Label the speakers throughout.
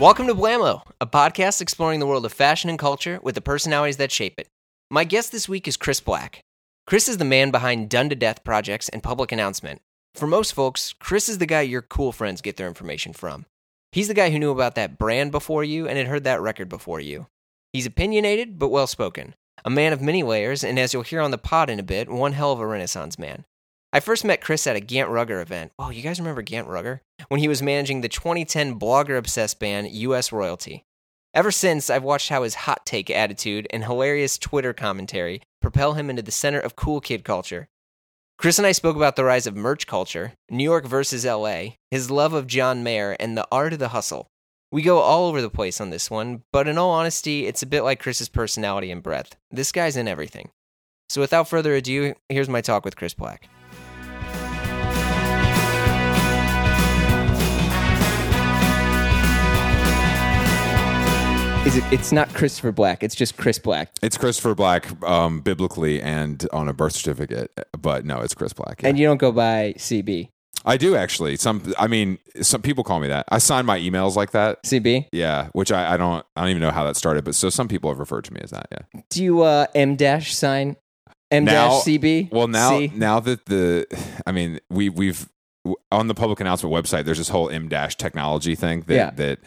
Speaker 1: Welcome to Blammo, a podcast exploring the world of fashion and culture with the personalities that shape it. My guest this week is Chris Black. Chris is the man behind Done to Death projects and public announcement. For most folks, Chris is the guy your cool friends get their information from. He's the guy who knew about that brand before you and had heard that record before you. He's opinionated but well spoken, a man of many layers, and as you'll hear on the pod in a bit, one hell of a renaissance man. I first met Chris at a Gant Rugger event. Oh, you guys remember Gant Rugger? When he was managing the 2010 blogger obsessed band US Royalty. Ever since, I've watched how his hot take attitude and hilarious Twitter commentary propel him into the center of cool kid culture. Chris and I spoke about the rise of merch culture, New York versus LA, his love of John Mayer, and the art of the hustle. We go all over the place on this one, but in all honesty, it's a bit like Chris's personality and breadth. This guy's in everything. So without further ado, here's my talk with Chris Black. Is it, it's not Christopher Black, it's just Chris Black.
Speaker 2: It's Christopher Black, um, biblically and on a birth certificate, but no, it's Chris Black. yeah.
Speaker 1: And you don't go by CB.
Speaker 2: I do actually. Some, I mean, some people call me that. I sign my emails like that.
Speaker 1: CB,
Speaker 2: Yeah, which I, I don't, I don't even know how that started, but so some people have referred to me as that. Yeah.
Speaker 1: do you uh, M dash sign M
Speaker 2: Now-
Speaker 1: dash CB?
Speaker 2: Well, now,
Speaker 1: C?
Speaker 2: now that the, I mean, we we've on the public announcement website. There's this whole M dash technology thing that
Speaker 1: Yeah.
Speaker 2: that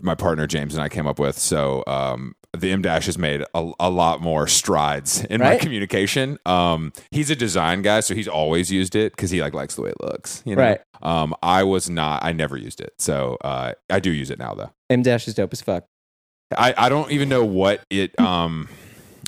Speaker 2: my partner James and I came up with. So um, the M dash has made a, a lot more strides in my
Speaker 1: Right?
Speaker 2: communication. Um, he's a design guy, so he's always used it because he like likes the way it looks. You know?
Speaker 1: Right.
Speaker 2: Um, I was not. I never used it, so uh, I do use it now though.
Speaker 1: M dash is dope as fuck.
Speaker 2: I, I don't even know what it
Speaker 1: Hmm.
Speaker 2: um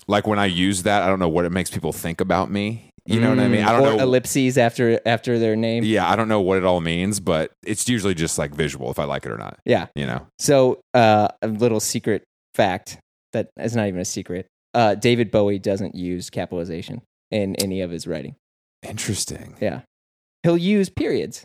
Speaker 2: like when I use that. I don't know what it makes people think about me. You know what I
Speaker 1: Mm,
Speaker 2: mean? I don't
Speaker 1: or
Speaker 2: know.
Speaker 1: ellipses after after their name.
Speaker 2: yeah, I don't know what it all means, but it's usually just like visual if I like it or not.
Speaker 1: Yeah.
Speaker 2: You know.
Speaker 1: So uh, a little secret fact that is not even a secret. Uh, David Bowie doesn't use capitalization in any of his writing.
Speaker 2: Interesting.
Speaker 1: Yeah, he'll use periods.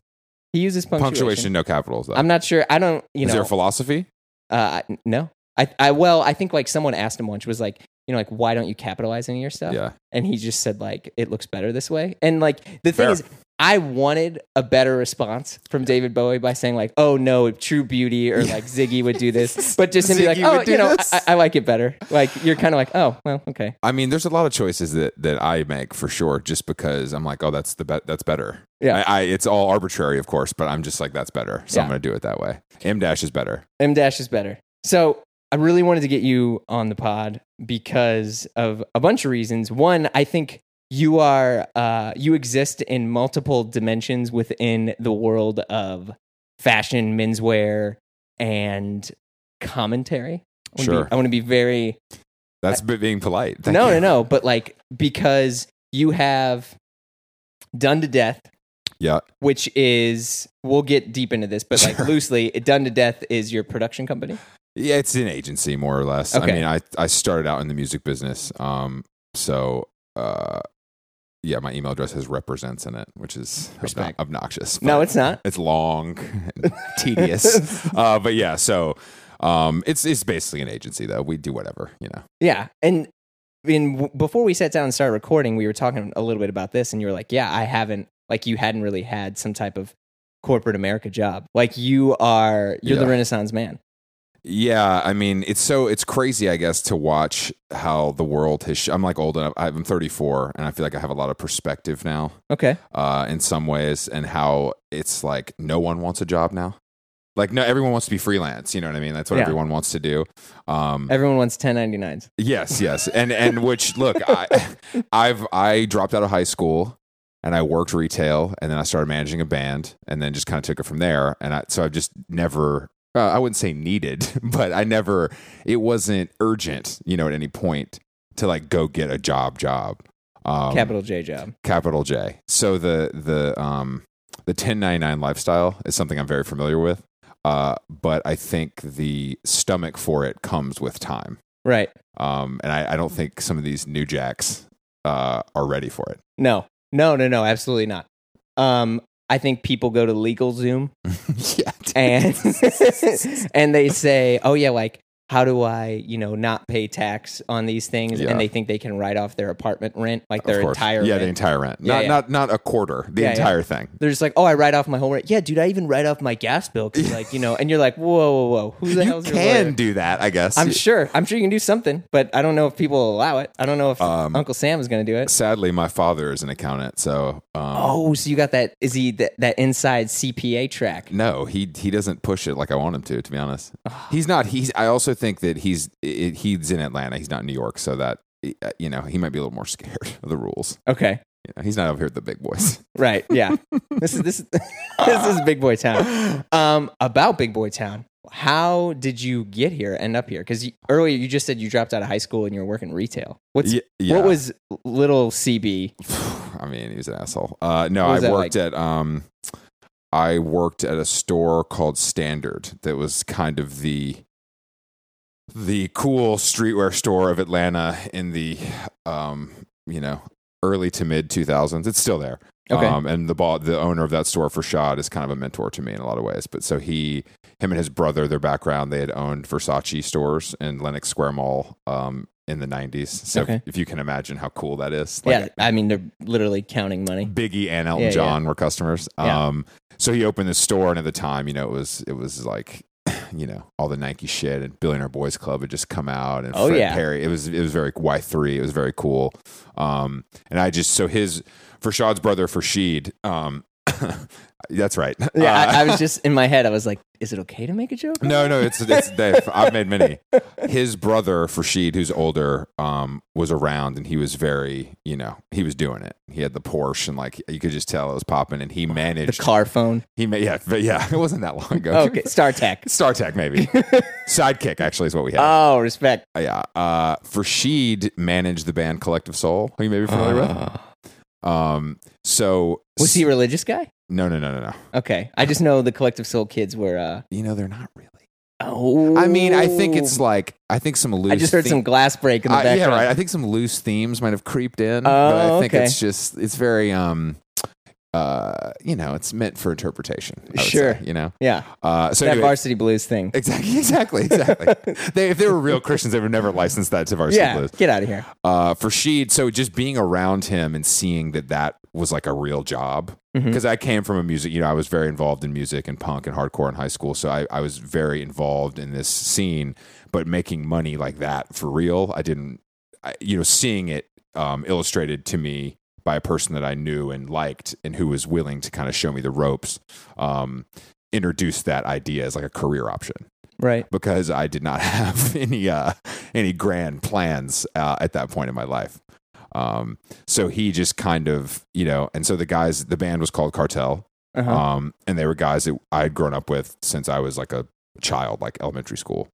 Speaker 1: He uses punctuation.
Speaker 2: Punctuation, no capitals though.
Speaker 1: I'm not sure. I don't. You
Speaker 2: Is
Speaker 1: know.
Speaker 2: there a philosophy?
Speaker 1: Uh, I- no. I, I well, I think like someone asked him once was like, you know, like why don't you capitalize any of your stuff?
Speaker 2: Yeah.
Speaker 1: And he just said like it looks better this way. And like the thing
Speaker 2: Fair.
Speaker 1: is, I wanted a better response from David Bowie by saying like, oh no, True Beauty or like Ziggy would do this, but just him be like,
Speaker 2: Ziggy
Speaker 1: oh,
Speaker 2: would do
Speaker 1: you know,
Speaker 2: this.
Speaker 1: I, I like it better. Like you're kind of like, oh well, okay,
Speaker 2: I mean, there's a lot of choices that, that I make for sure, just because I'm like, oh, that's the bet, that's better.
Speaker 1: Yeah.
Speaker 2: I, I it's all arbitrary, of course, but I'm just like, that's better, so I'm
Speaker 1: Yeah.
Speaker 2: gonna do it that way. M dash is better.
Speaker 1: M dash is better. So I really wanted to get you on the pod because of a bunch of reasons. One, I think you are uh, you exist in multiple dimensions within the world of fashion, menswear, and commentary. I wanna be-
Speaker 2: Sure.
Speaker 1: I want to be very
Speaker 2: That's b being polite. Thank
Speaker 1: no,
Speaker 2: you.
Speaker 1: no, no. But like because you have done to death.
Speaker 2: Yeah.
Speaker 1: Which is we'll get deep into this, but like
Speaker 2: Sure.
Speaker 1: loosely, done to death is your production company.
Speaker 2: Yeah, it's an agency more or less.
Speaker 1: Okay.
Speaker 2: I mean, I I started out in the music business. Um, so uh, yeah, my email address has represents in it, which is obno-
Speaker 1: Respect.
Speaker 2: obnoxious.
Speaker 1: No,
Speaker 2: but
Speaker 1: it's not.
Speaker 2: it's long, and tedious. Uh, but yeah, so um, it's it's basically an agency though. We do whatever, you know.
Speaker 1: Yeah, and in w- before we sat down and started recording, we were talking a little bit about this, and you were like, "Yeah, I haven't like you hadn't really had some type of corporate America job. Like you are, you're the
Speaker 2: Yeah.
Speaker 1: Renaissance man.
Speaker 2: Yeah, I mean, it's so it's crazy, I guess, to watch how the world has. Sh- I'm like old enough. I'm 34, and I feel like I have a lot of perspective now.
Speaker 1: Okay,
Speaker 2: uh, in some ways and how it's like no one wants a job now. Like no, everyone wants to be freelance. You know what I mean? That's what
Speaker 1: Yeah.
Speaker 2: everyone wants to do. Um,
Speaker 1: everyone wants 1099s.
Speaker 2: yes, yes, and and which look, I, I've I dropped out of high school and I worked retail and then I started managing a band and then just kind of took it from there. And I, so I've just never. Uh, I wouldn't say needed, but I never. It wasn't urgent, you know, at any point to like go get a job. Job. Um,
Speaker 1: Capital J job.
Speaker 2: capital J. So the the um the 1099 lifestyle is something I'm very familiar with. Uh, but I think the stomach for it comes with time.
Speaker 1: Right.
Speaker 2: Um, and I, I don't think some of these new jacks uh, are ready for it.
Speaker 1: No. No. No. No. Absolutely not. Um, I think people go to legal Zoom
Speaker 2: yeah.
Speaker 1: and and they say, "Oh yeah, like how do I, you know, not pay tax on these things?
Speaker 2: Yeah.
Speaker 1: And they think they can write off their apartment rent, like their
Speaker 2: of course.
Speaker 1: entire
Speaker 2: yeah,
Speaker 1: rent.
Speaker 2: the entire rent.
Speaker 1: Yeah,
Speaker 2: not
Speaker 1: yeah.
Speaker 2: not not a quarter. The
Speaker 1: Yeah, yeah.
Speaker 2: entire thing.
Speaker 1: They're just like, oh, I write off my whole rent. Yeah, dude, I even write off my gas bill because, like, you know, and you're like, whoa, whoa, whoa, who the
Speaker 2: You
Speaker 1: hell's your lawyer?
Speaker 2: can do that, I guess.
Speaker 1: I'm sure. I'm sure you can do something, but I don't know if people will allow it. I don't know if
Speaker 2: Um,
Speaker 1: Uncle Sam is going to do it.
Speaker 2: Sadly, my father is an accountant, so um,
Speaker 1: Oh, so you got that? Is he that, that inside CPA track?
Speaker 2: No, he he doesn't push it like I want him to. To be honest, he's not. He's. I also think that he's it, he's in Atlanta. He's not in New York, so that uh, you know he might be a little more scared of the rules.
Speaker 1: Okay,
Speaker 2: You know, he's not over here with the big boys.
Speaker 1: right, yeah. this is this is- this is Big Boy Town. Um, about Big Boy Town, how did you get here? End up here? Because earlier you just said you dropped out of high school and you were working retail. What's
Speaker 2: Ye- yeah.
Speaker 1: what was little CB?
Speaker 2: I mean, he was an asshole. Uh, no,
Speaker 1: What was
Speaker 2: I
Speaker 1: that
Speaker 2: worked at um, I worked at a store called Standard that was kind of the the cool streetwear store of Atlanta in the um, you know, early to mid two thousands. It's still there.
Speaker 1: Okay.
Speaker 2: Um, and the ball, the owner of that store, Farshad, is kind of a mentor to me in a lot of ways. But so he, him and his brother, their background, they had owned Versace stores in Lenox Square Mall um, in the 90s. So
Speaker 1: Okay.
Speaker 2: if you can imagine how cool that is.
Speaker 1: yeah, I mean they're literally counting money.
Speaker 2: Biggie and Elton
Speaker 1: Yeah, yeah.
Speaker 2: John were customers.
Speaker 1: Yeah.
Speaker 2: Um, so he opened this store, and at the time, you know, it was it was like, you know, all the Nike shit and Billionaire Boys Club had just come out, and
Speaker 1: Oh,
Speaker 2: Fred
Speaker 1: yeah.
Speaker 2: Perry. It was it was very Y three. It was very cool. Um, and I just so his Farshad's brother Farshid. Um, that's right.
Speaker 1: Yeah,
Speaker 2: Uh,
Speaker 1: I, I was just in my head. I was like, is it okay to make a joke?
Speaker 2: no, no, it's it's Dave. I've made many. His brother Rashid, who's older, um, was around, and he was very, you know, he was doing it. He had the Porsche, and like you could just tell it was popping. And he
Speaker 1: The
Speaker 2: managed.
Speaker 1: car phone.
Speaker 2: he made, yeah, but yeah, it wasn't that long ago.
Speaker 1: Okay, StarTech.
Speaker 2: StarTech maybe. Sidekick actually is what we had.
Speaker 1: Oh, respect.
Speaker 2: yeah, uh, Rashid managed the band Collective Soul, who you may be familiar with. Um, so
Speaker 1: Uh, Was he a religious guy?
Speaker 2: No, no, no, no, no.
Speaker 1: Okay, I just know the Collective Soul kids were. uh
Speaker 2: You know they're not really.
Speaker 1: Oh,
Speaker 2: I mean, I think it's like I think some loose.
Speaker 1: I just heard
Speaker 2: thi-
Speaker 1: some glass break in the
Speaker 2: Uh, yeah,
Speaker 1: background.
Speaker 2: right. I think some loose themes might have creeped in, but
Speaker 1: Oh,
Speaker 2: I think
Speaker 1: okay.
Speaker 2: it's just it's very um uh you know it's meant for interpretation. I would
Speaker 1: Sure.
Speaker 2: say, you know.
Speaker 1: Yeah,
Speaker 2: Uh, so
Speaker 1: that
Speaker 2: anyway,
Speaker 1: Varsity Blues thing.
Speaker 2: exactly, exactly, exactly. they, if they were real Christians, they would never license that to varsity
Speaker 1: Yeah,
Speaker 2: blues.
Speaker 1: get out of here.
Speaker 2: Uh, for Sheed, so just being around him and seeing that that was like a real job
Speaker 1: Mhm.
Speaker 2: because I came from a music, you know, I was very involved in music and punk and hardcore in high school. So I, I was very involved in this scene, but making money like that for real, I didn't, I, you know, seeing it um, illustrated to me by a person that I knew and liked and who was willing to kind of show me the ropes, um, introduced that idea as like a career option
Speaker 1: Right.
Speaker 2: because I did not have any uh, any grand plans uh, at that point in my life. Um, so he just kind of, you know, and so the guys, the band was called Cartel,
Speaker 1: Uh-huh.
Speaker 2: um, and they were guys that I had grown up with since I was like a child, like elementary school.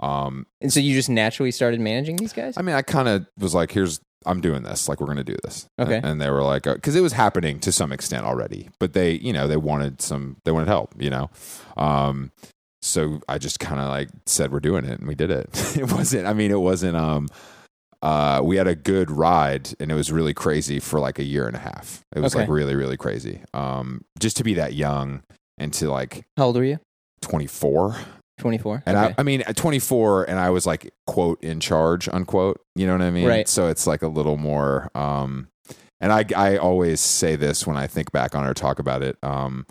Speaker 2: Um,
Speaker 1: and so you just naturally started managing these guys.
Speaker 2: I mean, I kind of was like, here's, I'm doing this. Like, we're going to do this.
Speaker 1: Okay.
Speaker 2: And, and they were like, because it was happening to some extent already, but they, you know, they wanted some, they wanted help, you know? Um, so I just kind of like said, we're doing it and we did it. it wasn't, I mean, it wasn't, um, uh, we had a good ride and it was really crazy for like a year and a half. It was
Speaker 1: Okay.
Speaker 2: like really, really crazy. Um, just to be that young and to like
Speaker 1: How old were you?
Speaker 2: 24,
Speaker 1: Twenty four.
Speaker 2: and I, I mean, at 24, and I was like, quote, in charge, unquote. You know what I mean?
Speaker 1: Right.
Speaker 2: So it's like a little more. Um, and I, I always say this when I think back on it or talk about it. Um,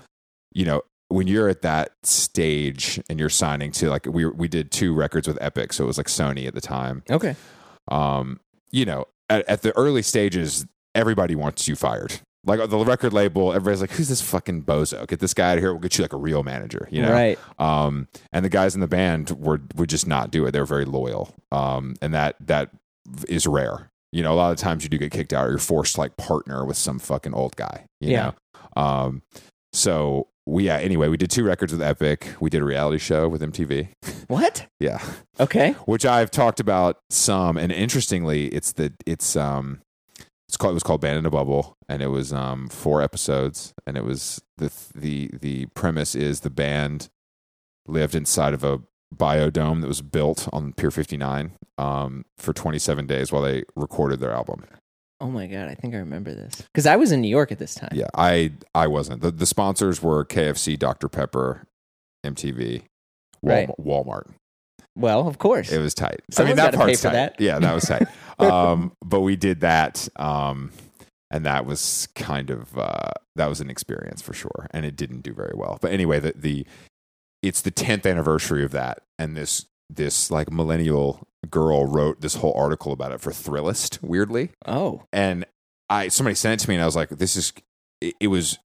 Speaker 2: you know, when you're at that stage and you're signing to like we we did two records with Epic, so it was like Sony at the time.
Speaker 1: okay.
Speaker 2: Um, you know, at, at the early stages, everybody wants you fired. Like the record label, everybody's like, "Who's this fucking bozo? Get this guy out of here. We'll get you like a real manager." You know,
Speaker 1: Right.
Speaker 2: um, and the guys in the band were would just not do it. They're very loyal, um, and that that is rare. You know, a lot of times you do get kicked out, or you're forced to like partner with some fucking old guy. You
Speaker 1: Yeah.
Speaker 2: know, um, so we yeah. Anyway, we did two records with Epic. We did a reality show with MTV.
Speaker 1: What?
Speaker 2: Yeah,
Speaker 1: Okay.
Speaker 2: which I've talked about some, and interestingly, it's the it's um. It's called, it was called Band in a Bubble, and it was um, four episodes. And it was the the the premise is the band lived inside of a biodome that was built on Pier 59 um, for 27 days while they recorded their album.
Speaker 1: Oh my god, I think I remember this because I was in New York at this time.
Speaker 2: Yeah, I I wasn't. The, the sponsors were KFC, Dr Pepper, MTV, Walmart.
Speaker 1: Right.
Speaker 2: Walmart.
Speaker 1: Well, of course.
Speaker 2: It was tight.
Speaker 1: Someone's
Speaker 2: I mean, that
Speaker 1: gotta pay
Speaker 2: part's
Speaker 1: for
Speaker 2: tight.
Speaker 1: that.
Speaker 2: Yeah, that was tight. um, but we did that, um, and that was kind of uh, that was an experience for sure, and it didn't do very well. But anyway, the, the it's the tenth anniversary of that, and this this like millennial girl wrote this whole article about it for Thrillist, weirdly,
Speaker 1: oh,
Speaker 2: and I somebody sent it to me, and I was like, this is it, it was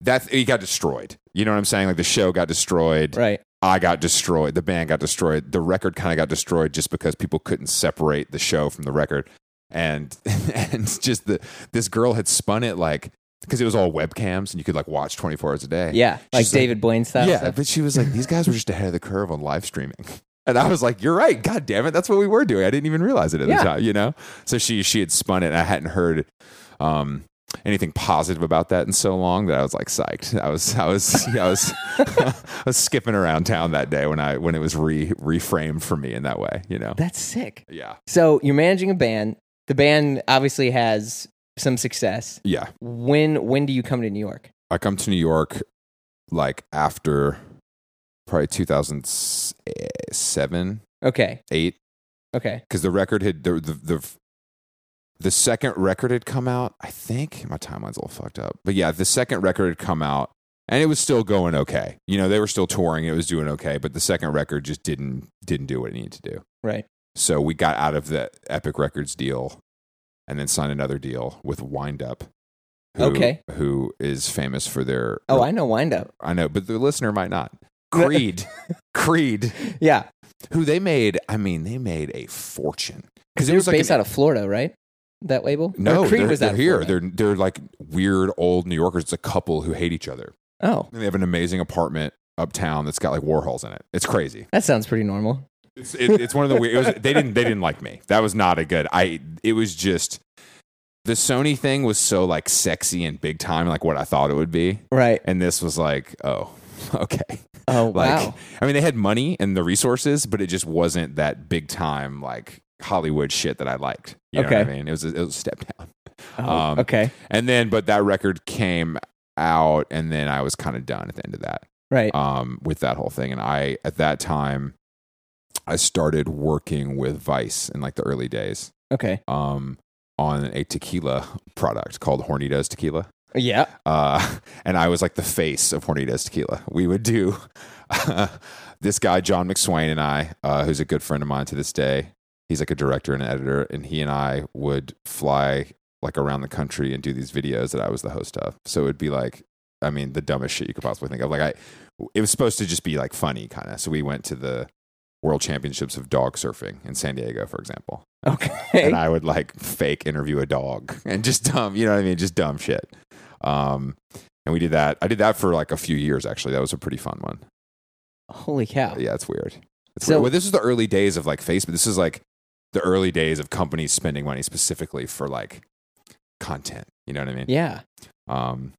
Speaker 2: that it got destroyed. You know what I'm saying? Like the show got destroyed.
Speaker 1: right.
Speaker 2: I got destroyed. The band got destroyed. The record kind of got destroyed just because people couldn't separate the show from the record. And and just the this girl had spun it like because it was all webcams and you could like watch 24 hours a day.
Speaker 1: Yeah, like
Speaker 2: She's like-
Speaker 1: David Blaine style.
Speaker 2: Yeah,
Speaker 1: stuff.
Speaker 2: but she was like these guys were just ahead of the curve on live streaming. And I was like, "You're right. God damn it. That's what we were doing. I didn't even realize it at
Speaker 1: Yeah.
Speaker 2: the time, you know?" So she she had spun it and I hadn't heard um anything positive about that in so long that I was like psyched. I was I was I was I was skipping around town that day when I when it was re reframed for me in that way, you know.
Speaker 1: That's sick.
Speaker 2: Yeah.
Speaker 1: So you're managing a band. The band obviously has some success.
Speaker 2: Yeah.
Speaker 1: When when do you come to New York?
Speaker 2: I come to New York like after probably eh, 2007,
Speaker 1: Okay,
Speaker 2: 8
Speaker 1: okay,
Speaker 2: because the record had the, the the the second record had come out. I think my timeline's all fucked up, but yeah, the second record had come out, and it was still going okay. You know, they were still touring; it was doing okay, but the second record just didn't didn't do what it needed to do.
Speaker 1: right.
Speaker 2: So we got out of the Epic Records deal, and then signed another deal with Wind Up. Who,
Speaker 1: Okay.
Speaker 2: who is famous for their?
Speaker 1: Oh, I know. Wind up.
Speaker 2: I know, but the listener might not. Creed, Creed,
Speaker 1: Yeah,
Speaker 2: who they made. I mean, they made a fortune because
Speaker 1: they
Speaker 2: it
Speaker 1: were
Speaker 2: was like
Speaker 1: based
Speaker 2: an
Speaker 1: out of Florida, right? That label.
Speaker 2: No,
Speaker 1: Or Creed
Speaker 2: they're,
Speaker 1: was out
Speaker 2: they're
Speaker 1: of
Speaker 2: here.
Speaker 1: Florida.
Speaker 2: They're they're like weird old New Yorkers. It's a couple who hate each other.
Speaker 1: Oh,
Speaker 2: And they have an amazing apartment uptown that's got like Warhols in it. It's crazy.
Speaker 1: that sounds pretty normal.
Speaker 2: It's it, it's one of the weird. It was, they didn't they didn't like me. That was not a good. I it was just the Sony thing was so like sexy and big time, like what I thought it would be,
Speaker 1: Right.
Speaker 2: and this was like oh okay.
Speaker 1: Oh
Speaker 2: Like
Speaker 1: wow.
Speaker 2: I mean, they had money and the resources, but it just wasn't that big time like Hollywood shit that I liked. You know what
Speaker 1: Okay.
Speaker 2: I mean? It was a, it was a step down.
Speaker 1: Oh,
Speaker 2: um,
Speaker 1: okay.
Speaker 2: And then, but that record came out, and then I was kind of done at the end of that
Speaker 1: Right.
Speaker 2: um, with that whole thing. And I, at that time, I started working with Vice in like the early days
Speaker 1: okay.
Speaker 2: um, on a tequila product called Hornitos Tequila
Speaker 1: Yeah.
Speaker 2: uh, and I was like the face of Hornitos Tequila. We would do this guy John McSwain and I, uh, who's a good friend of mine to this day. He's like a director and editor, and he and I would fly like around the country and do these videos that I was the host of. So it'd be like, I mean, the dumbest shit you could possibly think of. Like I, it was supposed to just be like funny kind of. So we went to the World Championships of Dog Surfing in San Diego, for example
Speaker 1: Okay.
Speaker 2: and I would like fake interview a dog and just dumb, you know what I mean? Just dumb shit. Um, and we did that. I did that for like a few years actually. That was a pretty fun one.
Speaker 1: Holy cow.
Speaker 2: Yeah, it's weird. It's
Speaker 1: So-
Speaker 2: weird. Well, this is the early days of like Facebook. This is like the early days of companies spending money specifically for like content. You know what I mean?
Speaker 1: Yeah.
Speaker 2: Um,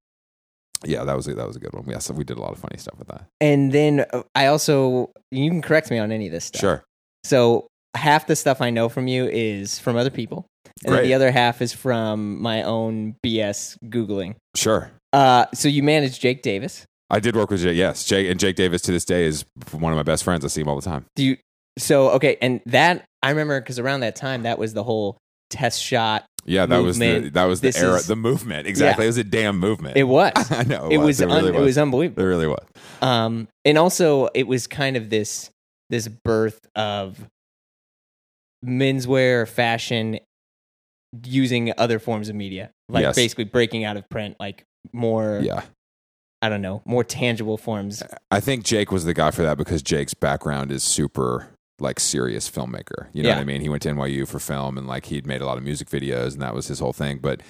Speaker 2: yeah, that was a, that was a good one. Yeah, so we did a lot of funny stuff with that.
Speaker 1: And then uh, I also you can correct me on any of this stuff.
Speaker 2: Sure.
Speaker 1: So half the stuff I know from you is from other people, and then
Speaker 2: Great.
Speaker 1: the other half is from my own BS googling.
Speaker 2: Sure.
Speaker 1: Uh, so you manage Jake Davis.
Speaker 2: I did work with Jake. Yes, Jake and Jake Davis to this day is one of my best friends. I see him all the time.
Speaker 1: Do you? So okay, and that I remember because around that time that was the whole test shot.
Speaker 2: Yeah, that was the
Speaker 1: movement.
Speaker 2: that was the
Speaker 1: This
Speaker 2: era,
Speaker 1: is-
Speaker 2: the movement. Exactly, it was a damn movement.
Speaker 1: It was.
Speaker 2: I know
Speaker 1: It was.
Speaker 2: It
Speaker 1: un-
Speaker 2: really
Speaker 1: It was
Speaker 2: was. It
Speaker 1: unbelievable.
Speaker 2: really was.
Speaker 1: Um, and also it was kind of this this birth of menswear fashion using other forms of media, like
Speaker 2: Yes.
Speaker 1: basically breaking out of print, like more
Speaker 2: Yeah, Uh,
Speaker 1: I don't know, more tangible forms.
Speaker 2: I think Jake was the guy for that because Jake's background is super like serious filmmaker. You know
Speaker 1: Yeah.
Speaker 2: what I mean? He went to NYU for film and like he'd made a lot of music videos and that was his whole thing. But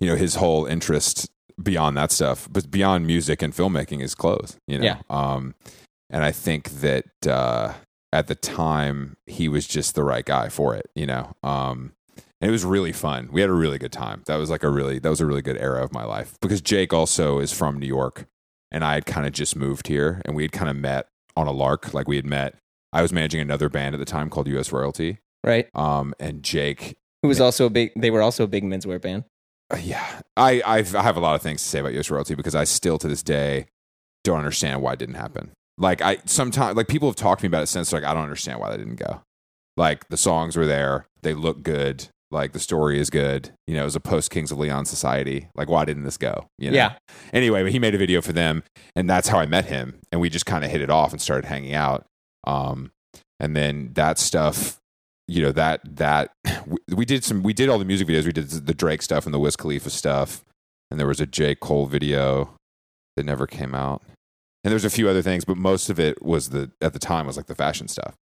Speaker 2: you know, his whole interest beyond that stuff, but beyond music and filmmaking is clothes. You know,
Speaker 1: Yeah.
Speaker 2: um, and I think that uh, at the time he was just the right guy for it. You know, um, and it was really fun. We had a really good time. That was like a really that was a really good era of my life because Jake also is from New York, and I had kind of just moved here, and we had kind of met on a lark. Like we had met. I was managing another band at the time called U.S. Royalty,
Speaker 1: Right.
Speaker 2: um, and Jake
Speaker 1: Who was also a big they were also a big menswear band.
Speaker 2: uh, yeah, I I've, I have a lot of things to say about U.S. royalty because I still to this day don't understand why it didn't happen. Like I sometimes like people have talked to me about it since. Like I don't understand why they didn't go. Like the songs were there, they look good. Like the story is good. You know, it was a post Kings of Leon society. Like why didn't this go? You know?
Speaker 1: Yeah.
Speaker 2: Anyway, but he made a video for them, and that's how I met him. And we just kind of hit it off and started hanging out. Um, and then that stuff, you know, that that we, we did some, we did all the music videos. We did the Drake stuff and the Wiz Khalifa stuff, and there was a J Cole video that never came out. And there's a few other things, but most of it was the at the time was like the fashion stuff.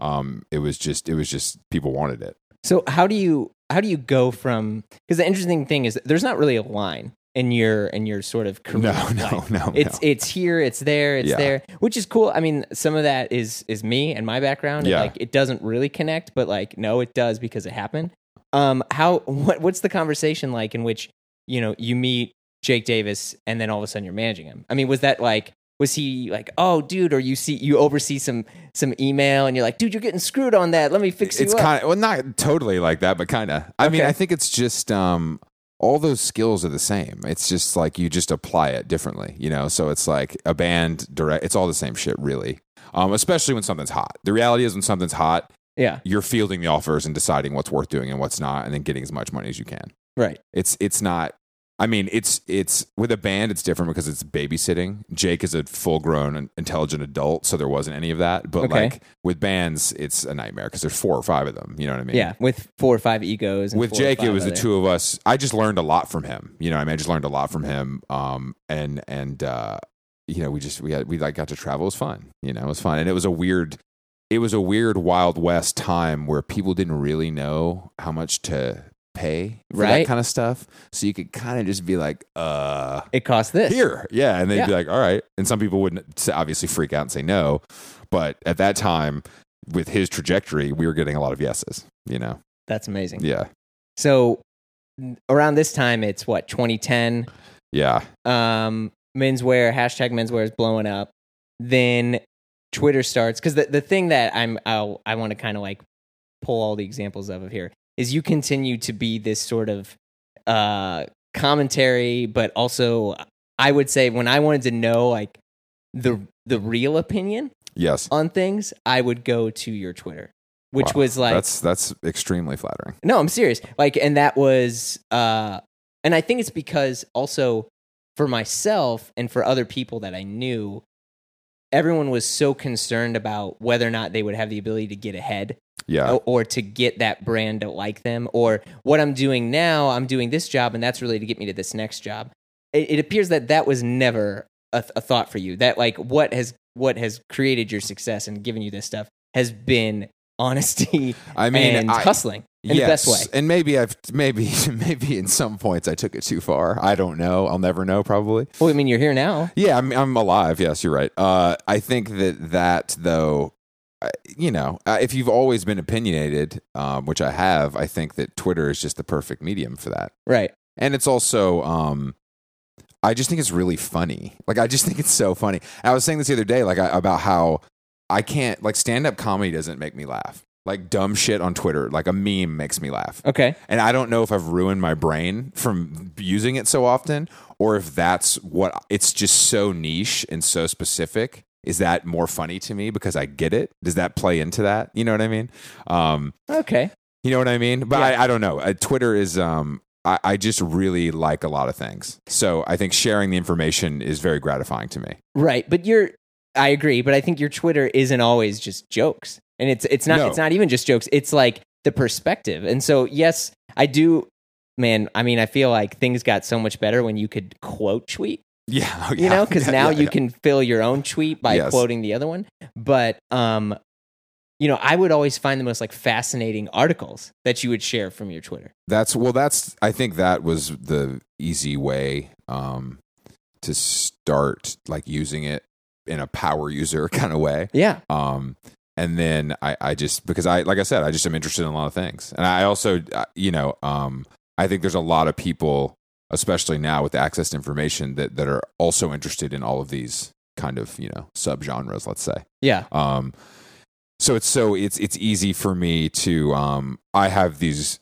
Speaker 2: Um, it was just it was just people wanted it.
Speaker 1: So how do you how do you go from because the interesting thing is that there's not really a line in your in your sort of career.
Speaker 2: No, no,
Speaker 1: life.
Speaker 2: no,
Speaker 1: It's
Speaker 2: no.
Speaker 1: it's here, it's there, it's
Speaker 2: Yeah.
Speaker 1: there, which is cool. I mean, some of that is is me and my background. and,
Speaker 2: Yeah.
Speaker 1: like it doesn't really connect, but like no, it does because it happened. Um, how what what's the conversation like in which you know you meet Jake Davis and then all of a sudden you're managing him? I mean, was that like was he like oh dude, or you see you oversee some some email and you're like dude, you're getting screwed on that. Let me fix
Speaker 2: it's
Speaker 1: you up.
Speaker 2: kind of well not totally like that but kind of i mean
Speaker 1: Okay.
Speaker 2: i think it's just um all those skills are the same it's just like you just apply it differently you know so it's like a band direct it's all the same shit really um especially when something's hot the reality is when something's hot
Speaker 1: yeah,
Speaker 2: you're fielding the offers and deciding what's worth doing and what's not and then getting as much money as you can
Speaker 1: right.
Speaker 2: it's it's not I mean, it's it's with a band, it's different because it's babysitting. Jake is a full-grown, and intelligent adult, so there wasn't any of that. But
Speaker 1: Okay.
Speaker 2: like with bands, it's a nightmare because there's four or five of them. You know what I mean?
Speaker 1: Yeah, with four or five egos. And
Speaker 2: with
Speaker 1: four or
Speaker 2: Jake, it
Speaker 1: five
Speaker 2: was the
Speaker 1: other-
Speaker 2: two of us. I just learned a lot from him. You know, what I mean, I just learned a lot from him. Um, and and uh, you know, we just we had we like got to travel. It was fun. You know, it was fun, and it was a weird, it was a weird Wild West time where people didn't really know how much to pay for
Speaker 1: Right.
Speaker 2: that kind of stuff. So you could kind of just be like, uh,
Speaker 1: It cost this.
Speaker 2: here. Yeah. And they'd be
Speaker 1: Yeah.
Speaker 2: like, all right. And some people wouldn't s- obviously freak out and say no. But at that time, with his trajectory, we were getting a lot of yeses, you know?
Speaker 1: That's amazing.
Speaker 2: Yeah.
Speaker 1: So n- around this time, it's what 2010.
Speaker 2: Yeah.
Speaker 1: Um, menswear hashtag menswear is blowing up. Then Twitter starts because the the thing that I'm I'll, I want to kind of like pull all the examples of of here is you continue to be this sort of uh commentary, but also I would say when I wanted to know like the the real opinion
Speaker 2: Yes.
Speaker 1: on things, I would go to your Twitter, which
Speaker 2: Wow.
Speaker 1: was like
Speaker 2: that's that's extremely flattering.
Speaker 1: no, I'm serious. Like, and that was, uh, and I think it's because also for myself and for other people that I knew, everyone was so concerned about whether or not they would have the ability to get ahead
Speaker 2: Yeah.
Speaker 1: or, or to get that brand to like them or what I'm doing now, I'm doing this job and that's really to get me to this next job. It, it appears that that was never a, th- a thought for you. That like what has what has created your success and given you this stuff has been honesty
Speaker 2: I mean,
Speaker 1: and
Speaker 2: I,
Speaker 1: hustling in
Speaker 2: yes,
Speaker 1: the best way.
Speaker 2: And maybe I've maybe maybe in some points I took it too far. I don't know. I'll never know. Probably.
Speaker 1: Well, I mean, you're here now.
Speaker 2: Yeah, I'm I'm alive. Yes, you're right. Uh, I think that that though, I- you know, uh, if you've always been opinionated, um, which I have, I think that Twitter is just the perfect medium for that.
Speaker 1: Right.
Speaker 2: And it's also, um, I just think it's really funny. Like, I just think it's so funny. I was saying this the other day, like, I, about how I can't, like, stand up comedy doesn't make me laugh. Like, dumb shit on Twitter, like a meme makes me laugh.
Speaker 1: Okay.
Speaker 2: And I don't know if I've ruined my brain from using it so often or if that's what it's just so niche and so specific. Is that more funny to me because I get it? Does that play into that? You know what I mean? Um,
Speaker 1: Okay.
Speaker 2: you know what I mean? But
Speaker 1: Yeah.
Speaker 2: I, I don't know. Uh, Twitter is, um, I, I just really like a lot of things. So I think sharing the information is very gratifying to me.
Speaker 1: Right. But you're, I agree, but I think your Twitter isn't always just jokes. And it's, it's not,
Speaker 2: No.
Speaker 1: it's not even just jokes. It's like the perspective. And so, yes, I do, man. I mean, I feel like things got so much better when you could quote tweet,
Speaker 2: Oh, Yeah.
Speaker 1: you know, because
Speaker 2: Yeah,
Speaker 1: now
Speaker 2: yeah,
Speaker 1: you
Speaker 2: yeah.
Speaker 1: can fill your own tweet by
Speaker 2: Yes.
Speaker 1: quoting the other one. But, um, you know, I would always find the most like fascinating articles that you would share from your Twitter.
Speaker 2: That's well. That's I think that was the easy way um, to start, like using it in a power user kind of way.
Speaker 1: Yeah.
Speaker 2: Um, and then I, I just because I like I said, I just am interested in a lot of things, and I also, uh, you know, um, I think there's a lot of people, especially now with the access to information, that that are also interested in all of these kind of you know subgenres. Let's say.
Speaker 1: Yeah.
Speaker 2: Um, so it's so it's it's easy for me to um I have these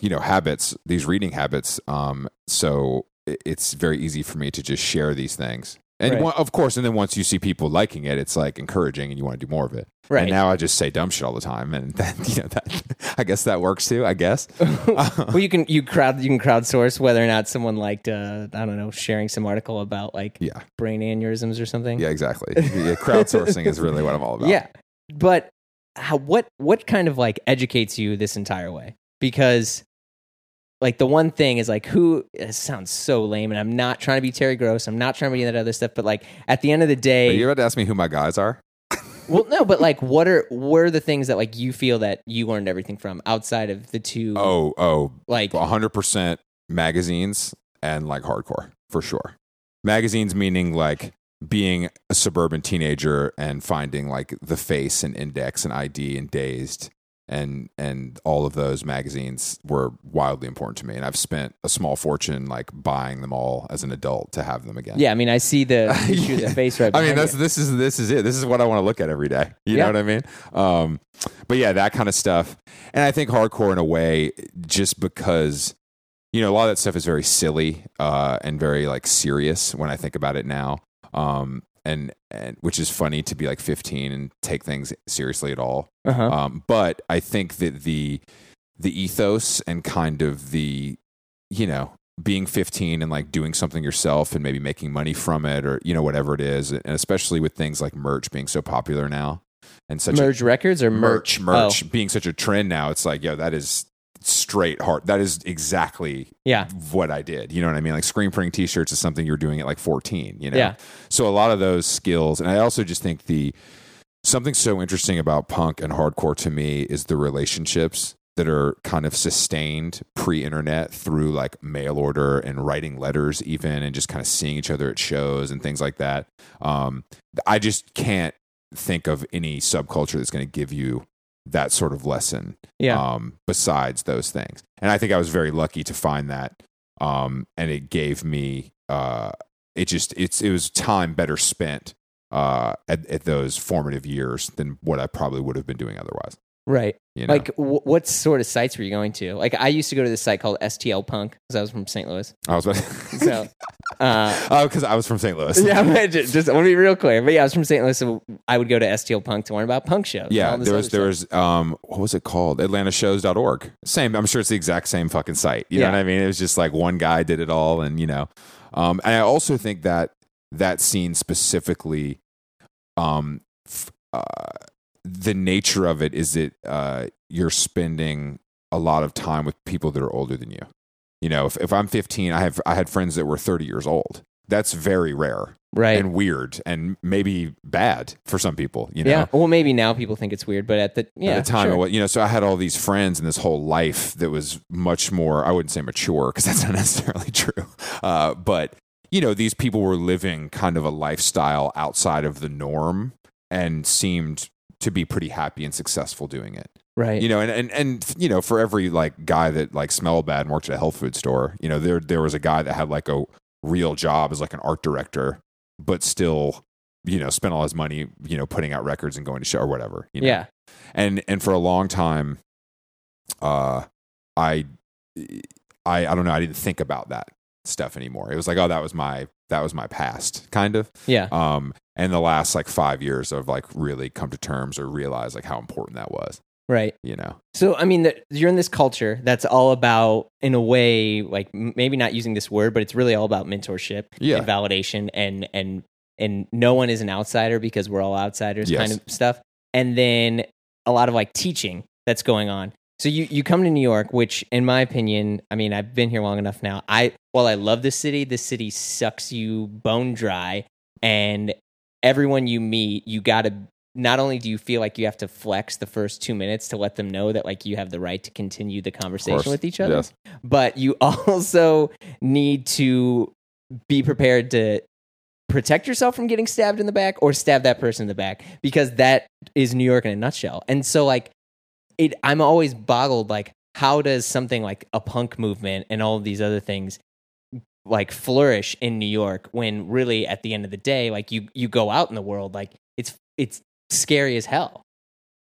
Speaker 2: you know habits, these reading habits. Um, so i- it's very easy for me to just share these things And
Speaker 1: Right.
Speaker 2: one, of course, and then once you see people liking it, it's like encouraging, and you want to do more of it.
Speaker 1: Right.
Speaker 2: And now I just say dumb shit all the time, and then you know that I guess that works too. I guess.
Speaker 1: well, you can you crowd you can crowdsource whether or not someone liked uh, I don't know sharing some article about like
Speaker 2: yeah.
Speaker 1: brain aneurysms or something.
Speaker 2: Yeah. Exactly. yeah, crowdsourcing is really what I'm all about.
Speaker 1: Yeah, but how what what kind of like educates you this entire way? Because like the one thing is like who it sounds so lame, and I'm not trying to be Terry Gross. I'm not trying to be that other stuff. But like at the end of the
Speaker 2: Are
Speaker 1: day,
Speaker 2: you about to ask me who my guys are?
Speaker 1: well, no, but like what are were the things that like you feel that you learned everything from outside of the two?
Speaker 2: Oh, oh,
Speaker 1: like
Speaker 2: 100% magazines and like hardcore for sure. Magazines meaning like being a suburban teenager and finding like the face and index and ID and dazed and and all of those magazines were wildly important to me and I've spent a small fortune like buying them all as an adult to have them again.
Speaker 1: yeah, I mean, I see the you shoot the face right.
Speaker 2: I mean,
Speaker 1: behind
Speaker 2: that's
Speaker 1: you.
Speaker 2: this is this is it. This is what I want to look at every day. You
Speaker 1: Yeah.
Speaker 2: know what I mean? Um, but yeah, that kind of stuff. And I think hardcore in a way, just because you know a lot of that stuff is very silly uh, and very like serious when I think about it now. Um, and and which is funny to be like 15 and take things seriously at all.
Speaker 1: uh-huh.
Speaker 2: Um, but I think that the the ethos and kind of the you know being 15 and like doing something yourself and maybe making money from it or you know whatever it is and especially with things like merch being so popular now and such
Speaker 1: merge records or
Speaker 2: a merch
Speaker 1: merch
Speaker 2: merch
Speaker 1: Oh,
Speaker 2: being such a trend now it's like yo that is straight hard that is exactly
Speaker 1: yeah,
Speaker 2: what I did. You know what I mean? Like screen printing t-shirts is something you're doing at like 14, you know?
Speaker 1: Yeah.
Speaker 2: So a lot of those skills. And I also just think the, something so interesting about punk and hardcore to me is the relationships that are kind of sustained pre-internet through like mail order and writing letters even, and just kind of seeing each other at shows and things like that. Um, I just can't think of any subculture that's going to give you that sort of lesson
Speaker 1: yeah.
Speaker 2: um, besides those things. And I think I was very lucky to find that. Um, and it gave me uh, it just it's it was time better spent uh, at, at those formative years than what I probably would have been doing otherwise.
Speaker 1: right.
Speaker 2: You know?
Speaker 1: Like, w- what sort of sites were you going to? Like, I used to go to this site called STL Punk because I was from St. Louis.
Speaker 2: I was about
Speaker 1: So, uh,
Speaker 2: oh, because I was from St. Louis.
Speaker 1: yeah, but ju- just I want to be real clear. But yeah, I was from St. Louis, so I would go to STL Punk to learn about punk shows. and
Speaker 2: Yeah,
Speaker 1: all this
Speaker 2: there
Speaker 1: other
Speaker 2: was there
Speaker 1: stuff.
Speaker 2: was um what was it called? AtlantaShows.org. Same, I'm sure it's the exact same fucking site. You
Speaker 1: Yeah.
Speaker 2: know what I mean? It was just like one guy did it all, and you know, um, and I also think that that scene specifically, um, f- uh, the nature of it is that uh, you're spending a lot of time with people that are older than you. You know, if, if I'm 15, I have I had friends that were 30 years old. That's very rare
Speaker 1: right.
Speaker 2: and weird and maybe bad for some people. You know,
Speaker 1: yeah. Well, maybe now people think it's weird, but at the yeah
Speaker 2: at the time,
Speaker 1: sure.
Speaker 2: it was, you know, so I had all these friends and this whole life that was much more, I wouldn't say mature because that's not necessarily true. Uh, but, you know, these people were living kind of a lifestyle outside of the norm and seemed to be pretty happy and successful doing it.
Speaker 1: right.
Speaker 2: You know, and, and, and, you know, for every like guy that like smelled bad and worked at a health food store, you know, there, there was a guy that had like a real job as like an art director, but still, you know, spent all his money, you know, putting out records and going to show or whatever. You know?
Speaker 1: yeah.
Speaker 2: and and for a long time uh i i i don't know i didn't think about that stuff anymore it was like oh that was my that was my past kind of
Speaker 1: Yeah.
Speaker 2: um and the last like five years i've like really come to terms or realized like how important that was
Speaker 1: Right.
Speaker 2: you know
Speaker 1: So, I mean, that you're in this culture that's all about, in a way, like m- maybe not using this word, but it's really all about mentorship
Speaker 2: Yeah.
Speaker 1: and validation, and and and no one is an outsider because we're all outsiders,
Speaker 2: Yes.
Speaker 1: kind of stuff. And then a lot of like teaching that's going on. So you you come to New York, which, in my opinion, I mean, I've been here long enough now. I while I love this city, this city sucks you bone dry, and everyone you meet, you got to not only do you feel like you have to flex the first two minutes to let them know that like you have the right to continue the conversation with each other,
Speaker 2: Yes.
Speaker 1: but you also need to be prepared to protect yourself from getting stabbed in the back or stab that person in the back because that is New York in a nutshell. And so like it I'm always boggled like how does something like a punk movement and all of these other things like flourish in New York when really at the end of the day like you you go out in the world like it's it's scary as hell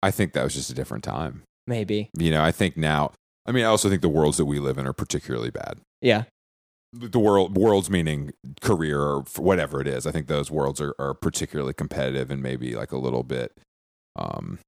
Speaker 2: i think that was just a different time
Speaker 1: maybe.
Speaker 2: you know i think now i mean i also think the worlds that we live in are particularly bad
Speaker 1: Yeah.
Speaker 2: the world worlds meaning career or f- whatever it is. I think those worlds are, are particularly competitive and maybe like a little bit, um,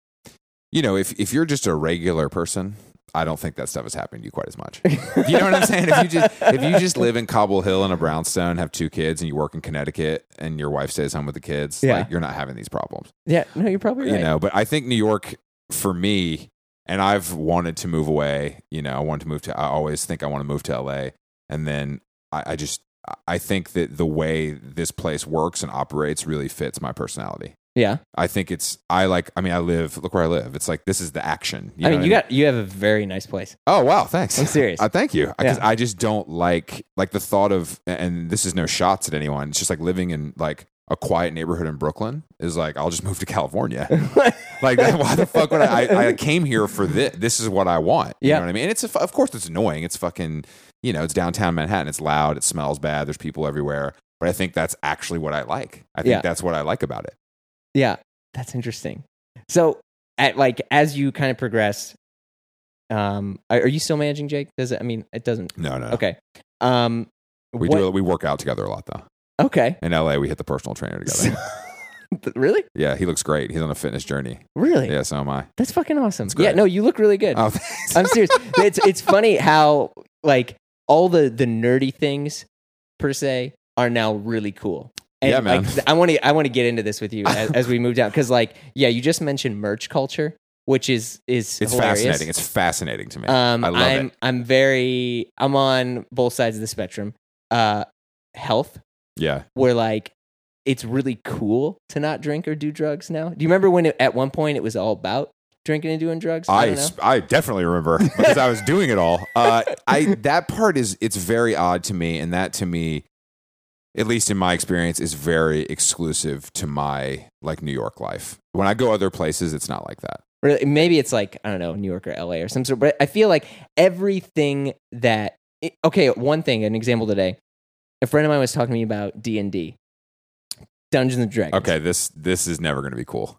Speaker 2: you know, if if you're just a regular person, I don't think that stuff is happening to you quite as much. you know what I'm saying? If you just if you just live in Cobble Hill in a brownstone, have two kids, and you work in Connecticut, and your wife stays home with the kids,
Speaker 1: Yeah.
Speaker 2: like you're not having these problems,
Speaker 1: yeah, no, you're probably right.
Speaker 2: you know. But I think New York for me, and I've wanted to move away. You know, I wanted to move to. I always think I want to move to LA, and then I, I just I think that the way this place works and operates really fits my personality.
Speaker 1: yeah,
Speaker 2: I think it's I like. I mean, I live. Look where I live. It's like this is the action.
Speaker 1: I
Speaker 2: know
Speaker 1: mean,
Speaker 2: what
Speaker 1: you got you have a very nice place.
Speaker 2: Oh wow, thanks.
Speaker 1: I'm serious.
Speaker 2: Uh, thank you. Because
Speaker 1: Yeah.
Speaker 2: I just don't like like the thought of, and this is no shots at anyone. It's just like living in like a quiet neighborhood in Brooklyn is like I'll just move to California. like that, why the fuck would I, I? I came here for this. This is what I want. You
Speaker 1: Yeah.
Speaker 2: know what I mean. And it's a, fu- of course it's annoying. It's fucking you know it's downtown Manhattan. It's loud. It smells bad. There's people everywhere. But I think that's actually what I like. I think
Speaker 1: Yeah.
Speaker 2: that's what I like about it.
Speaker 1: Yeah, that's interesting. So, at like as you kind of progress, um, are are you still managing Jake? Does it? I mean, it doesn't.
Speaker 2: No, no. no.
Speaker 1: Okay. Um,
Speaker 2: We
Speaker 1: what-
Speaker 2: do. We work out together a lot though.
Speaker 1: Okay.
Speaker 2: In LA, we hit the personal trainer together.
Speaker 1: really,
Speaker 2: yeah, he looks great. He's on a fitness journey.
Speaker 1: really,
Speaker 2: Yeah, so am I.
Speaker 1: that's fucking awesome.
Speaker 2: great.
Speaker 1: Yeah, no, you look really good.
Speaker 2: Oh, thanks.
Speaker 1: I'm serious. It's it's funny how like all the the nerdy things per se are now really cool.
Speaker 2: Yeah, man.
Speaker 1: Like, I want to I want to get into this with you as, as we move down because like yeah, you just mentioned merch culture, which is is
Speaker 2: It's
Speaker 1: hilarious.
Speaker 2: fascinating. It's fascinating to me.
Speaker 1: Um,
Speaker 2: I love
Speaker 1: am
Speaker 2: it.
Speaker 1: I'm very I'm on both sides of the spectrum. Uh, health,
Speaker 2: Yeah.
Speaker 1: where like it's really cool to not drink or do drugs now. Do you remember when it, at one point it was all about drinking and doing drugs? I
Speaker 2: I,
Speaker 1: don't know.
Speaker 2: I definitely remember because I was doing it all. Uh, I that part is it's very odd to me, and that to me, at least in my experience, is very exclusive to my like New York life. When I go other places, it's not like that.
Speaker 1: Or maybe it's like I don't know, New York or LA or some sort. But I feel like everything that it- okay, one thing, an example today, a friend of mine was talking to me about D and D, Dungeons and Dragons.
Speaker 2: Okay, this this is never going to be cool.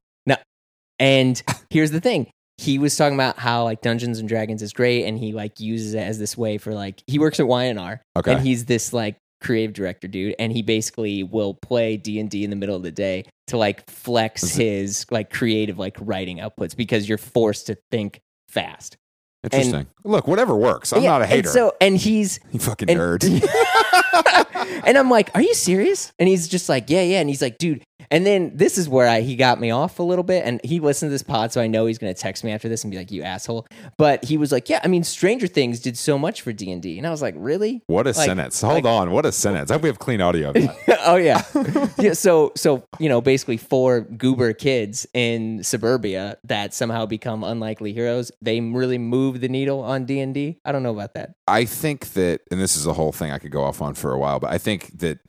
Speaker 1: and here's the thing. He was talking about how like Dungeons and Dragons is great, and he like uses it as this way for like he works at YNR,
Speaker 2: Okay,
Speaker 1: and he's this like creative director dude, and he basically will play D and D in the middle of the day to like flex
Speaker 2: Is
Speaker 1: his like creative like writing outputs because you're forced to think fast.
Speaker 2: interesting. Look, whatever works. I'm
Speaker 1: Yeah,
Speaker 2: not a hater.
Speaker 1: And so and he's
Speaker 2: you fucking
Speaker 1: and,
Speaker 2: nerd.
Speaker 1: and I'm like, "Are you serious?" And he's just like, "Yeah, yeah." And he's like, "Dude." And then this is where I he got me off a little bit, and he listened to this pod, so I know he's gonna text me after this and be like, "You asshole." But he was like, "Yeah, I mean, Stranger Things did so much for D and D," and I was like, "Really?"
Speaker 2: What a
Speaker 1: Like-
Speaker 2: sentence. Hold
Speaker 1: like-
Speaker 2: on. What a sentence. I hope we have clean audio. Of that.
Speaker 1: oh yeah, yeah. So so you know, basically four goober kids in suburbia that somehow become unlikely heroes. They really move the needle on D and D. I don't know about that.
Speaker 2: I think that, and this is a whole thing I could go off on for a while, but I think that,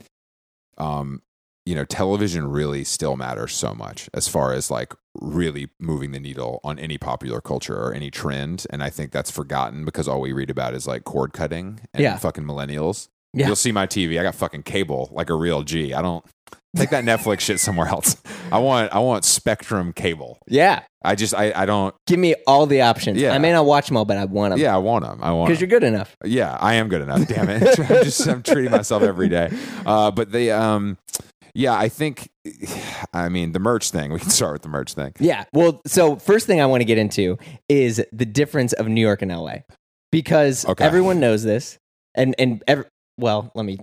Speaker 2: um, you know, television really still matters so much as far as like really moving the needle on any popular culture or any trend. And I think that's forgotten because all we read about is like cord cutting and
Speaker 1: Yeah.
Speaker 2: fucking millennials.
Speaker 1: Yeah.
Speaker 2: You'll see my TV. I got fucking cable like a real G. I don't take that Netflix shit somewhere else. I want, I want Spectrum cable.
Speaker 1: Yeah,
Speaker 2: I just, I, I don't,
Speaker 1: give me all the options.
Speaker 2: Yeah.
Speaker 1: I may not watch them all, but I want them.
Speaker 2: yeah, I want them. I want
Speaker 1: because
Speaker 2: 'em.
Speaker 1: you're good enough.
Speaker 2: Yeah, I am good enough. Damn it! I'm just I'm treating myself every day. Uh, but they, um, yeah, I think. I mean, the merch thing. We can start with the merch thing.
Speaker 1: Yeah. Well, so first thing I want to get into is the difference of New York and LA because
Speaker 2: Okay.
Speaker 1: everyone knows this, and and ev- well, let me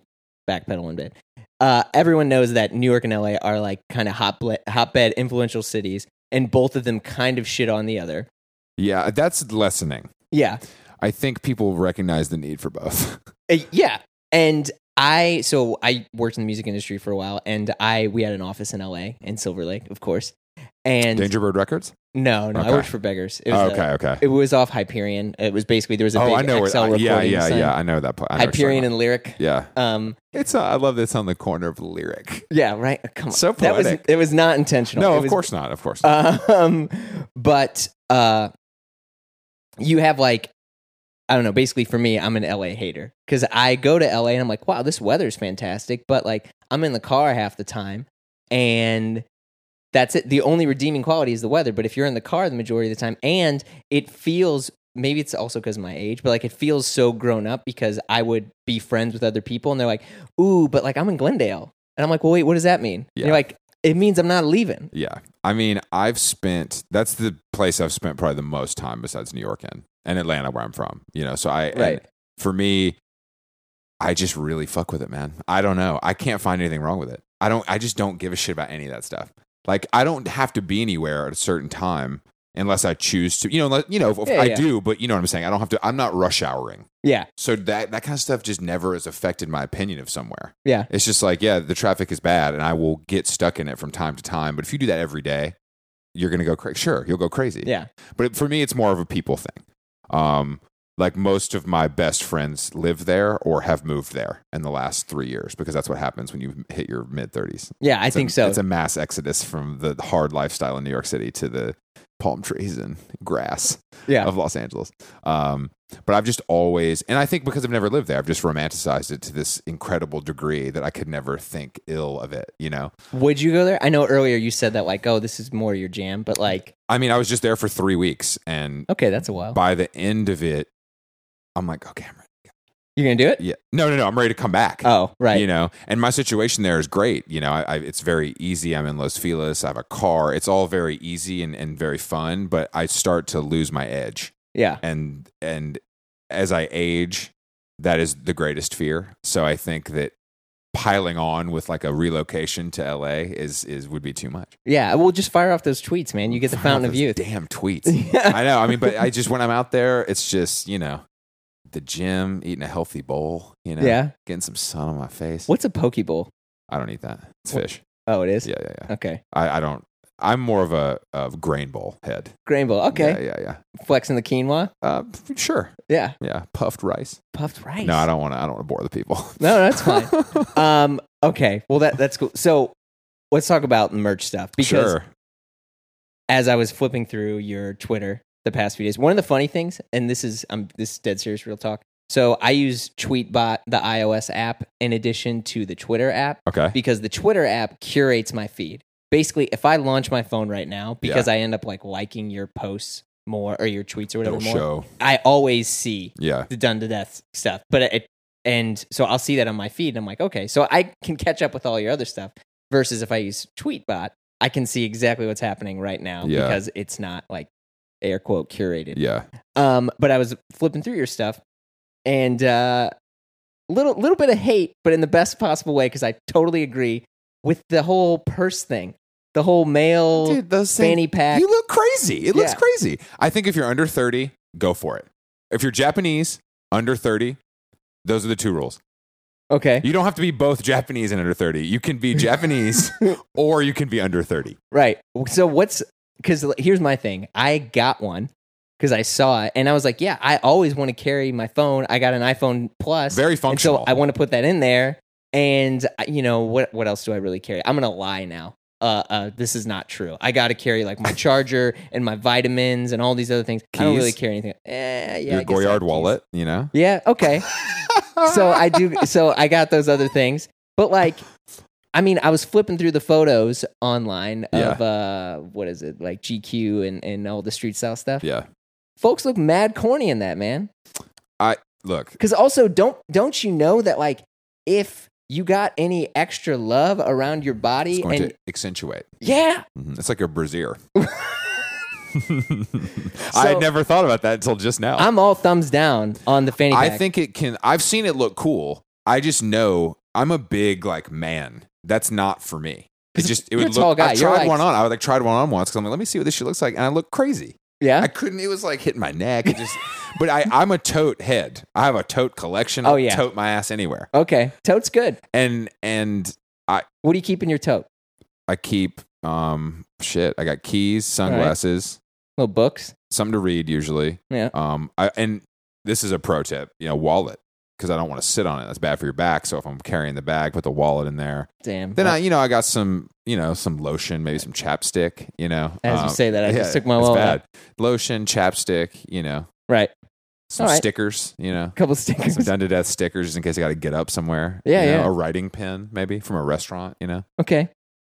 Speaker 1: backpedal one bit. Uh, everyone knows that New York and LA are like kind of hot hotbed influential cities, and both of them kind of shit on the other.
Speaker 2: Yeah, that's lessening.
Speaker 1: Yeah.
Speaker 2: I think people recognize the need for both.
Speaker 1: Uh, yeah. And I so I worked in the music industry for a while, and I we had an office in LA in Silver Lake, of course. And
Speaker 2: Dangerbird Records.
Speaker 1: no, no,
Speaker 2: Okay.
Speaker 1: I worked for Beggars. It was
Speaker 2: Oh,
Speaker 1: a-
Speaker 2: okay, okay.
Speaker 1: It was off Hyperion. It was basically there was a
Speaker 2: Oh,
Speaker 1: big
Speaker 2: I know
Speaker 1: XL
Speaker 2: where.
Speaker 1: recording.
Speaker 2: yeah, yeah,
Speaker 1: sign.
Speaker 2: yeah. I know that part. I know what you're
Speaker 1: Hyperion
Speaker 2: talking
Speaker 1: and Lyric.
Speaker 2: about. yeah,
Speaker 1: Um,
Speaker 2: it's. Uh, I love this on the corner of lyric.
Speaker 1: yeah, right. Come on,
Speaker 2: So
Speaker 1: that was
Speaker 2: poetic.
Speaker 1: it was not intentional.
Speaker 2: No,
Speaker 1: It
Speaker 2: of
Speaker 1: was-
Speaker 2: course not. Of course. Not.
Speaker 1: Um, but uh, you have like I don't know. Basically, for me, I'm an LA hater because I go to LA and I'm like, wow, this weather's fantastic. But like, I'm in the car half the time, and that's it. The only redeeming quality is the weather. But if you're in the car the majority of the time, and it feels maybe it's also because of my age, but like it feels so grown up because I would be friends with other people and they're like, ooh, but like I'm in Glendale. And I'm like, well, wait, what does that mean? And
Speaker 2: Yeah.
Speaker 1: you're like, it means I'm not leaving.
Speaker 2: Yeah. I mean, I've spent that's the place I've spent probably the most time besides New York in and Atlanta where I'm from. You know, so I and
Speaker 1: Right.
Speaker 2: for me, I just really fuck with it, man. I don't know. I can't find anything wrong with it. I don't I just don't give a shit about any of that stuff. Like I don't have to be anywhere at a certain time unless I choose to. You know, unless, you know, if
Speaker 1: Yeah,
Speaker 2: I
Speaker 1: yeah.
Speaker 2: do, but you know what I'm saying? I don't have to I'm not rush houring.
Speaker 1: Yeah.
Speaker 2: So that that kind of stuff just never has affected my opinion of somewhere.
Speaker 1: Yeah.
Speaker 2: It's just like, yeah, the traffic is bad and I will get stuck in it from time to time. But if you do that every day, you're going to go crazy. Sure, you'll go crazy.
Speaker 1: Yeah.
Speaker 2: But for me, it's more of a people thing. Um, like most of my best friends live there or have moved there in the last three years because that's what happens when you hit your mid 30s.
Speaker 1: Yeah. I think so.
Speaker 2: It's a mass exodus from the hard lifestyle in New York City to the palm trees and grass
Speaker 1: yeah.
Speaker 2: of Los Angeles. Um, but I've just always, and I think because I've never lived there, I've just romanticized it to this incredible degree that I could never think ill of it. You know,
Speaker 1: Would you go there? I know earlier you said that like, oh, this is more your jam, but like,
Speaker 2: I mean, I was just there for three weeks, and
Speaker 1: okay, that's a while.
Speaker 2: by the end of it, I'm like, "Oh, okay, I'm ready.
Speaker 1: You're gonna do it?
Speaker 2: Yeah, no, no, no, I'm ready to come back.
Speaker 1: Oh, right.
Speaker 2: You know, and my situation there is great. You know, I, I, it's very easy. I'm in Los Feliz. I have a car. It's all very easy and, and very fun. But I start to lose my edge.
Speaker 1: yeah.
Speaker 2: and and as i age that is the greatest fear so i think that piling on with like a relocation to la is is would be too much
Speaker 1: Yeah. We'll just fire off those tweets, man. You get the
Speaker 2: Fire off
Speaker 1: fountain of
Speaker 2: those
Speaker 1: youth.
Speaker 2: damn tweets
Speaker 1: yeah.
Speaker 2: i know i mean but i just when i'm out there it's just you know the gym eating a healthy bowl you know
Speaker 1: Yeah.
Speaker 2: getting some sun on my face
Speaker 1: What's a poke bowl?
Speaker 2: i don't eat that it's
Speaker 1: What?
Speaker 2: fish
Speaker 1: Oh, it is.
Speaker 2: yeah yeah yeah
Speaker 1: Okay.
Speaker 2: i, I don't i'm more of a of grain bowl head
Speaker 1: Grain bowl. Okay.
Speaker 2: yeah yeah yeah
Speaker 1: Flexing the quinoa.
Speaker 2: uh, f- sure
Speaker 1: Yeah.
Speaker 2: yeah puffed rice
Speaker 1: Puffed rice.
Speaker 2: no i don't want to i don't want to bore the people
Speaker 1: No, that's fine. um. Okay. Well, that that's cool. So, let's talk about merch stuff because
Speaker 2: sure.
Speaker 1: as I was flipping through your Twitter the past few days, one of the funny things, and this is um, this is dead serious real talk. So I use Tweetbot, the iOS app, in addition to the Twitter app
Speaker 2: Okay.
Speaker 1: because the Twitter app curates my feed. Basically, if I launch my phone right now because I end up like liking your posts more or your tweets or whatever
Speaker 2: It'll
Speaker 1: more,
Speaker 2: show.
Speaker 1: I always see
Speaker 2: Yeah.
Speaker 1: the done to death stuff. But it, and so I'll see that on my feed and I'm like, okay, so I can catch up with all your other stuff versus if I use Tweetbot, I can see exactly what's happening right now
Speaker 2: Yeah.
Speaker 1: because it's not like air quote curated.
Speaker 2: Yeah.
Speaker 1: Um, but I was flipping through your stuff and uh little little bit of hate, but in the best possible way because I totally agree with the whole purse thing. The whole male
Speaker 2: those
Speaker 1: fanny pack.
Speaker 2: You look crazy. It looks
Speaker 1: Yeah.
Speaker 2: crazy. I think if you're under 30, go for it. If you're Japanese, under 30, those are the two rules.
Speaker 1: okay.
Speaker 2: You don't have to be both Japanese and under 30. You can be Japanese or you can be under 30.
Speaker 1: Right. So what's because here's my thing. I got one because I saw it and I was like, yeah, I always want to carry my phone. I got an iPhone Plus,
Speaker 2: Very
Speaker 1: and so
Speaker 2: functional.
Speaker 1: I want to put that in there. And I- you know what? What else do I really carry? I'm gonna lie now. Uh, uh, this is not true. I got to carry like my charger and my vitamins and all these other things. I don't
Speaker 2: Keys?
Speaker 1: really carry anything. Eh, yeah, I
Speaker 2: Your
Speaker 1: guess I have
Speaker 2: Goyard
Speaker 1: keys.
Speaker 2: wallet, you know?
Speaker 1: Yeah. Okay so I do. So I got those other things, but like, I mean, I was flipping through the photos online of uh, what is it like GQ and and all the street style stuff.
Speaker 2: yeah.
Speaker 1: Folks look mad corny in that man.
Speaker 2: Look,
Speaker 1: Because also, don't don't you know that like if you got any extra love around your
Speaker 2: it's
Speaker 1: body
Speaker 2: going
Speaker 1: and
Speaker 2: to accentuate.
Speaker 1: yeah,
Speaker 2: Mhm. It's like your brazier. I had never thought about that until just now.
Speaker 1: I'm all thumbs down on the fanny pack.
Speaker 2: Oh. I think it can. I've seen it look cool. I just know I'm a big like man. That's not for me. It just it
Speaker 1: You're
Speaker 2: would
Speaker 1: a tall
Speaker 2: look.
Speaker 1: guy.
Speaker 2: I
Speaker 1: You're
Speaker 2: tried
Speaker 1: like-
Speaker 2: one on. I like tried one on once because I'm like, let me see what this shit looks like, and I look crazy.
Speaker 1: yeah.
Speaker 2: I couldn't. It was like hitting my neck. It just, but I I'm a tote head. I have a tote collection.
Speaker 1: Oh,
Speaker 2: I'll
Speaker 1: yeah.
Speaker 2: tote my ass anywhere.
Speaker 1: okay, tote's good.
Speaker 2: And and
Speaker 1: What do you keep in your tote?
Speaker 2: I keep um shit. I got keys, sunglasses.
Speaker 1: Little books.
Speaker 2: something to read usually.
Speaker 1: Yeah.
Speaker 2: Um. I and this is a pro tip. You know, wallet because I don't want to sit on it. That's bad for your back. So if I'm carrying the bag, put the wallet in there.
Speaker 1: Damn.
Speaker 2: Then I, you know, I got some, you know, some lotion, maybe some chapstick. You know,
Speaker 1: as
Speaker 2: Um,
Speaker 1: you say that, I
Speaker 2: yeah,
Speaker 1: just took my
Speaker 2: it's
Speaker 1: wallet. out.
Speaker 2: bad. Lotion, chapstick. You know,
Speaker 1: Right,
Speaker 2: some
Speaker 1: All right.
Speaker 2: stickers. You know.
Speaker 1: couple stickers.
Speaker 2: Some done to death stickers in case I got to get up somewhere.
Speaker 1: Yeah,
Speaker 2: you know,
Speaker 1: yeah.
Speaker 2: A writing pen, maybe from a restaurant, you know?
Speaker 1: Okay.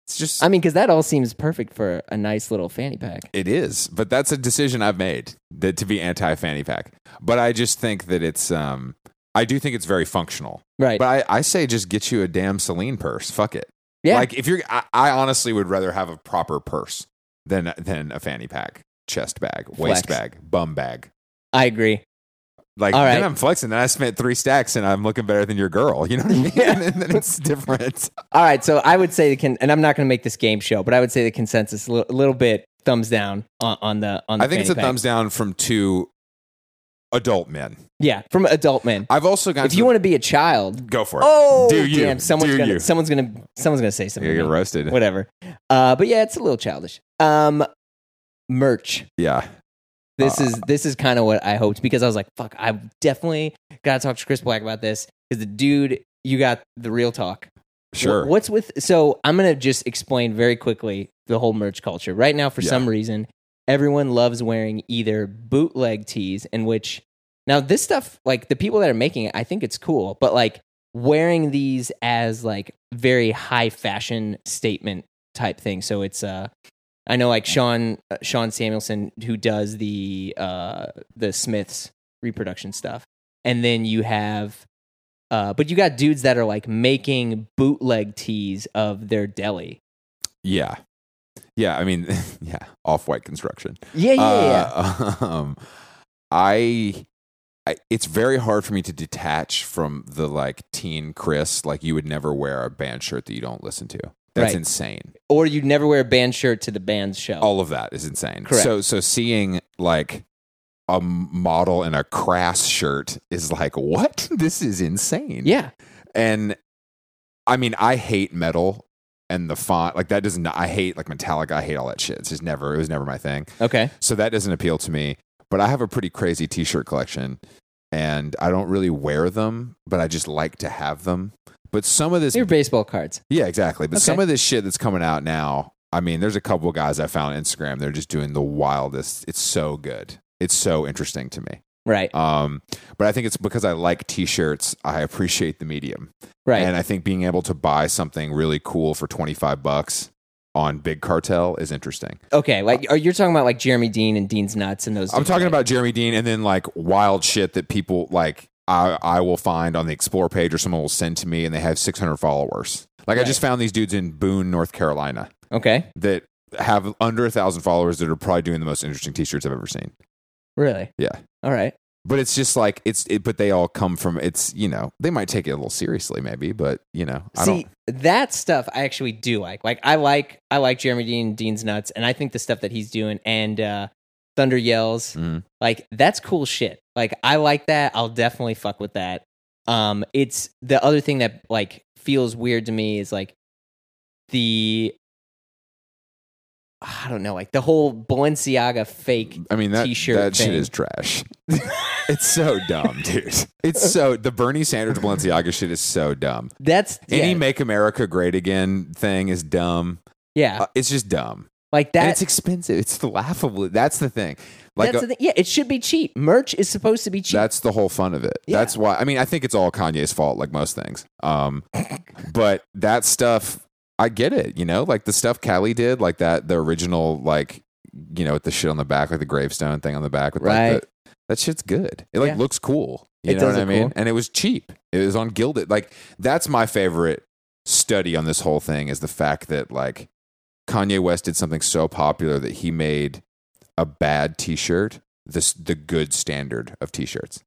Speaker 2: It's just
Speaker 1: I mean, because that all seems perfect for a nice little fanny pack.
Speaker 2: It is, but that's a decision I've made that to be anti fanny pack. But I just think that it's um I do think it's very functional.
Speaker 1: Right.
Speaker 2: But I, I say just get you a damn Celine purse. Fuck it.
Speaker 1: yeah.
Speaker 2: Like if you're I, I honestly would rather have a proper purse than than a fanny pack, chest bag, waist
Speaker 1: Flex.
Speaker 2: bag, bum bag.
Speaker 1: I agree.
Speaker 2: Like
Speaker 1: All
Speaker 2: then
Speaker 1: right.
Speaker 2: I'm flexing, then I spent three stacks and I'm looking better than your girl. You know what I mean?
Speaker 1: Yeah.
Speaker 2: and then it's different.
Speaker 1: All right. So I would say the con- and I'm not going to make this game show, but I would say the consensus a little, little bit thumbs down on, on the on the.
Speaker 2: I think it's a
Speaker 1: fanny pack.
Speaker 2: thumbs down from two adult men.
Speaker 1: Yeah, from adult men.
Speaker 2: I've also got
Speaker 1: If you want to be a child,
Speaker 2: go for it.
Speaker 1: oh
Speaker 2: Do you.
Speaker 1: damn, someone's
Speaker 2: Do
Speaker 1: gonna
Speaker 2: you.
Speaker 1: someone's gonna someone's gonna say
Speaker 2: You're
Speaker 1: something.
Speaker 2: gonna
Speaker 1: to
Speaker 2: get
Speaker 1: me.
Speaker 2: roasted.
Speaker 1: Whatever. Uh, but yeah, it's a little childish. Um, merch.
Speaker 2: Yeah.
Speaker 1: This
Speaker 2: Uh,
Speaker 1: is this is kind of what I hoped because I was like, fuck, I definitely gotta talk to Chris Black about this because the dude, you got the real talk.
Speaker 2: Sure.
Speaker 1: Wh- What's with so I'm gonna just explain very quickly the whole merch culture. Right now, for
Speaker 2: Yeah.
Speaker 1: some reason, everyone loves wearing either bootleg tees, in which now this stuff, like the people that are making it, I think it's cool, but like wearing these as like very high fashion statement type thing. So it's uh I know like Sean uh, Sean Samuelson who does the uh the Smiths reproduction stuff. And then you have uh but you got dudes that are like making bootleg tees of their deli.
Speaker 2: Yeah. Yeah. I mean, yeah. Off white construction.
Speaker 1: Yeah, yeah, yeah.
Speaker 2: Uh, um, I, I, it's very hard for me to detach from the like teen Chris. Like, you would never wear a band shirt that you don't listen to. That's
Speaker 1: Right.
Speaker 2: insane.
Speaker 1: Or you'd never wear a band shirt to the band's show.
Speaker 2: All of that is insane.
Speaker 1: Correct.
Speaker 2: So, so seeing like a model in a crass shirt is like, what? This is insane.
Speaker 1: yeah.
Speaker 2: and I mean, I hate metal and the font like that doesn't. I hate like Metallica. I hate all that shit. It's just never. It was never my thing.
Speaker 1: Okay.
Speaker 2: So that doesn't appeal to me. But I have a pretty crazy T-shirt collection, and I don't really wear them, but I just like to have them. But some of this,
Speaker 1: Your baseball cards.
Speaker 2: yeah, exactly. But some
Speaker 1: Okay.
Speaker 2: of this shit that's coming out now. I mean, there's a couple of guys I found on Instagram. They're just doing the wildest. It's so good. It's so interesting to me.
Speaker 1: Right.
Speaker 2: Um, but I think it's because I like T-shirts. I appreciate the medium.
Speaker 1: Right.
Speaker 2: And I think being able to buy something really cool for 25 bucks on Big Cartel is interesting.
Speaker 1: okay. Like are you're talking about like Jeremy Dean and Dean's nuts and those
Speaker 2: I'm
Speaker 1: dudes,
Speaker 2: talking
Speaker 1: right?
Speaker 2: about Jeremy Dean and then like wild shit that people like I, I will find on the Explore page or someone will send to me and they have 600 followers. Like I
Speaker 1: Right.
Speaker 2: just found these dudes in Boone, North Carolina
Speaker 1: Okay.
Speaker 2: that have under a thousand followers that are probably doing the most interesting t-shirts I've ever seen.
Speaker 1: Really?
Speaker 2: Yeah.
Speaker 1: All right.
Speaker 2: But it's just like it's it, but they all come from it's, you know, they might take it a little seriously maybe, but you know, I
Speaker 1: See
Speaker 2: don't
Speaker 1: that stuff I actually do like. Like I like I like Jeremy Dean Dean's nuts, and I think the stuff that he's doing and uh, Thunder yells
Speaker 2: Mhm.
Speaker 1: like that's cool shit. Like I like that. I'll definitely fuck with that. Um, it's the other thing that like feels weird to me is like the I don't know, like the whole Balenciaga fake.
Speaker 2: I mean that
Speaker 1: t-shirt
Speaker 2: that shit
Speaker 1: thing.
Speaker 2: is trash. it's so dumb, dude. It's so the Bernie Sanders Balenciaga shit is so dumb.
Speaker 1: That's
Speaker 2: Any
Speaker 1: yeah,
Speaker 2: "Make America Great Again" thing is dumb.
Speaker 1: yeah.
Speaker 2: Uh, it's just dumb,
Speaker 1: like
Speaker 2: and
Speaker 1: that.
Speaker 2: it's expensive. It's laughable. That's the thing. Like
Speaker 1: that's
Speaker 2: uh,
Speaker 1: the thing. Yeah, it should be cheap. Merch is supposed to be cheap.
Speaker 2: that's the whole fun of it.
Speaker 1: Yeah.
Speaker 2: That's why. I mean, I think it's all Kanye's fault, like most things. Um, but that stuff, I get it. You know, like the stuff Callie did, like that the original, like you know, with the shit on the back, like the gravestone thing on the back, with
Speaker 1: Right.
Speaker 2: like the, that shit's good. It like
Speaker 1: Yeah.
Speaker 2: looks cool. You
Speaker 1: It
Speaker 2: know
Speaker 1: does
Speaker 2: what I
Speaker 1: look
Speaker 2: mean?
Speaker 1: cool.
Speaker 2: And it was cheap. It was on Gilded. Like that's my favorite study on this whole thing is the fact that like Kanye West did something so popular that he made a bad T-shirt this the good standard of T-shirts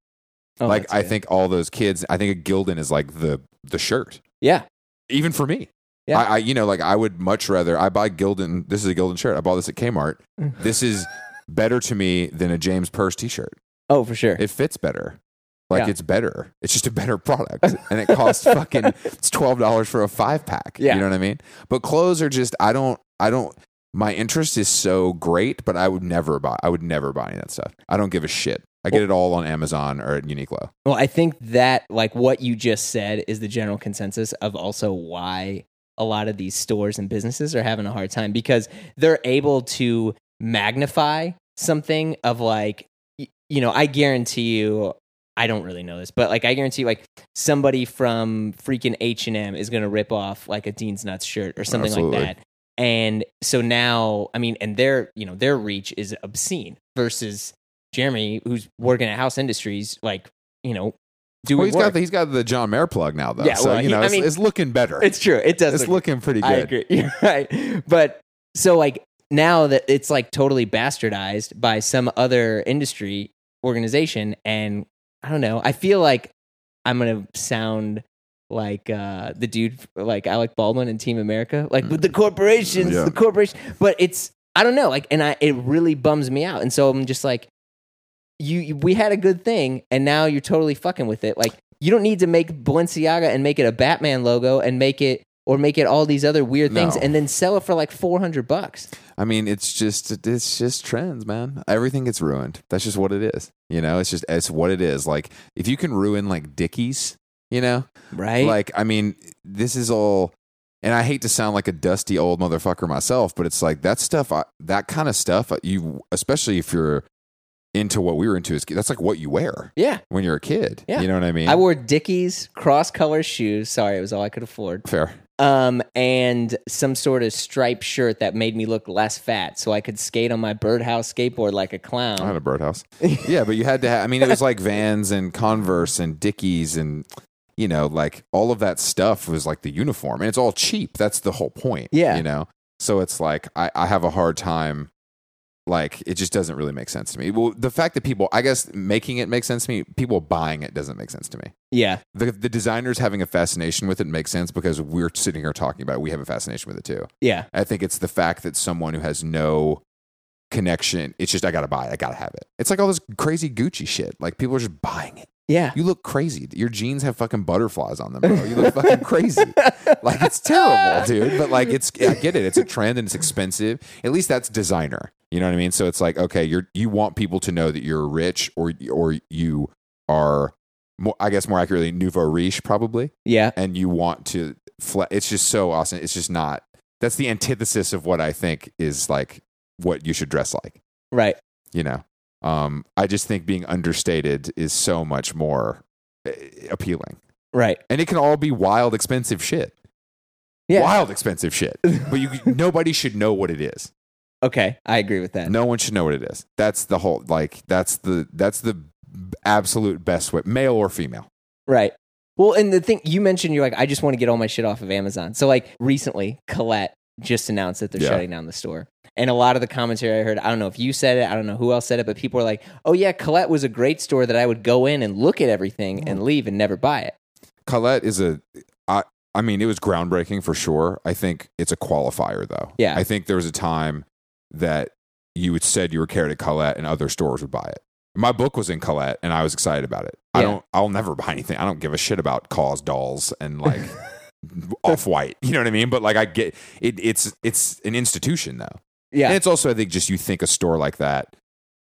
Speaker 1: Oh,
Speaker 2: like
Speaker 1: that's
Speaker 2: I
Speaker 1: good.
Speaker 2: think all those kids, I think a Gildan is like the the shirt,
Speaker 1: Yeah.
Speaker 2: even for me.
Speaker 1: Yeah.
Speaker 2: I, I you know like I would much rather I buy Gildan. This is a Gildan shirt. I bought this at Kmart.
Speaker 1: Mm.
Speaker 2: this is better to me than a James Purse T-shirt.
Speaker 1: Oh, for sure.
Speaker 2: It fits better. Like
Speaker 1: Yeah.
Speaker 2: it's better. It's just a better product, and it costs fucking it's twelve dollars for a five pack.
Speaker 1: Yeah.
Speaker 2: you know what I mean. But clothes are just I don't I don't. My interest is so great, but I would never buy. I would never buy any of that stuff. I don't give a shit. I get it all on Amazon or at Uniqlo.
Speaker 1: Well, I think that like what you just said is the general consensus of also why a lot of these stores and businesses are having a hard time because they're able to magnify something of like y- you know, I guarantee you I don't really know this, but like I guarantee like somebody from freaking H&M is going to rip off like a Dean's Nuts shirt or something
Speaker 2: Absolutely.
Speaker 1: like that. And so now, I mean, and their you know their reach is obscene versus Jeremy, who's working at House Industries, like you know, doing
Speaker 2: Well, he's
Speaker 1: work.
Speaker 2: got the, he's got the John Mayer plug now though,
Speaker 1: Yeah,
Speaker 2: so
Speaker 1: well,
Speaker 2: you
Speaker 1: he-
Speaker 2: know
Speaker 1: I
Speaker 2: it's,
Speaker 1: mean-
Speaker 2: it's looking better.
Speaker 1: it's true. It does.
Speaker 2: It's
Speaker 1: look
Speaker 2: looking pretty good.
Speaker 1: I agree. You're right. But so like now that it's like totally bastardized by some other industry organization and I don't know. I feel like I'm going to sound like uh the dude like Alec Baldwin and Team America like with the corporations,
Speaker 2: Mm. Yeah.
Speaker 1: the corporation, but it's I don't know, like and I it really bums me out. And so I'm just like you, you we had a good thing and now you're totally fucking with it. Like you don't need to make Balenciaga and make it a Batman logo and make it or make it all these other weird things
Speaker 2: No.
Speaker 1: and then sell it for like 400 bucks.
Speaker 2: I mean, it's just it's just trends, man. Everything gets ruined. That's just what it is. You know, it's just it's what it is. Like if you can ruin like Dickies, you know,
Speaker 1: Right?
Speaker 2: like I mean, this is all. And I hate to sound like a dusty old motherfucker myself, but it's like that stuff, I, that kind of stuff. uh, You, especially if you're into what we were into, as kids, that's like what you wear
Speaker 1: yeah.
Speaker 2: when you're a kid.
Speaker 1: Yeah.
Speaker 2: you know what I mean.
Speaker 1: I wore Dickies cross color shoes. Sorry, it was all I could afford.
Speaker 2: fair.
Speaker 1: Um, and some sort of striped shirt that made me look less fat, so I could skate on my birdhouse skateboard like a clown.
Speaker 2: I had a birdhouse. yeah, but you had to have. I mean, it was like Vans and Converse and Dickies and you know, like all of that stuff was like the uniform, and it's all cheap. That's the whole point.
Speaker 1: Yeah.
Speaker 2: you know. So it's like I, I have a hard time. Like it just doesn't really make sense to me. Well, the fact that people, I guess, making it makes sense to me. People buying it doesn't make sense to me.
Speaker 1: yeah,
Speaker 2: The, the designers having a fascination with it makes sense because we're sitting here talking about it. We have a fascination with it too.
Speaker 1: yeah,
Speaker 2: I think it's the fact that someone who has no connection, it's just I gotta buy it, I gotta have it. It's like all this crazy Gucci shit. Like people are just buying it.
Speaker 1: yeah.
Speaker 2: You look crazy. Your jeans have fucking butterflies on them, bro. You look fucking crazy. Like it's terrible, dude. But like it's I get it. It's a trend and it's expensive. At least that's designer. You know what I mean? So it's like, okay, you're you want people to know that you're rich or or you are more I guess more accurately nouveau riche probably
Speaker 1: yeah,
Speaker 2: and you want to fle- it's just so awesome it's just not that's the antithesis of what i think is like what you should dress like
Speaker 1: right.
Speaker 2: you know um i just think being understated is so much more uh, appealing
Speaker 1: Right.
Speaker 2: and it can all be wild expensive shit
Speaker 1: Yeah.
Speaker 2: wild expensive shit but you nobody should know what it is
Speaker 1: Okay. I agree with that.
Speaker 2: no one should know what it is that's the whole like that's the that's the absolute best way male or female
Speaker 1: Right. Well, and the thing you mentioned, you're like, I just want to get all my shit off of Amazon. So, like, recently, Colette just announced that they're
Speaker 2: Yeah.
Speaker 1: shutting down the store. And a lot of the commentary I heard, I don't know if you said it, I don't know who else said it, but people were like, oh, yeah, Colette was a great store that I would go in and look at everything
Speaker 2: Mm.
Speaker 1: and leave and never buy it.
Speaker 2: Colette is a I I mean it was groundbreaking for sure. I think it's a qualifier though.
Speaker 1: Yeah.
Speaker 2: I think there was a time that you had said you were carried at Colette and other stores would buy it. My book was in Colette and I was excited about it. I
Speaker 1: Yeah.
Speaker 2: don't I'll never buy anything. I don't give a shit about cause dolls and like off white. You know what I mean? But like I get it it's it's an institution though.
Speaker 1: Yeah.
Speaker 2: And it's also, I think, just you think a store like that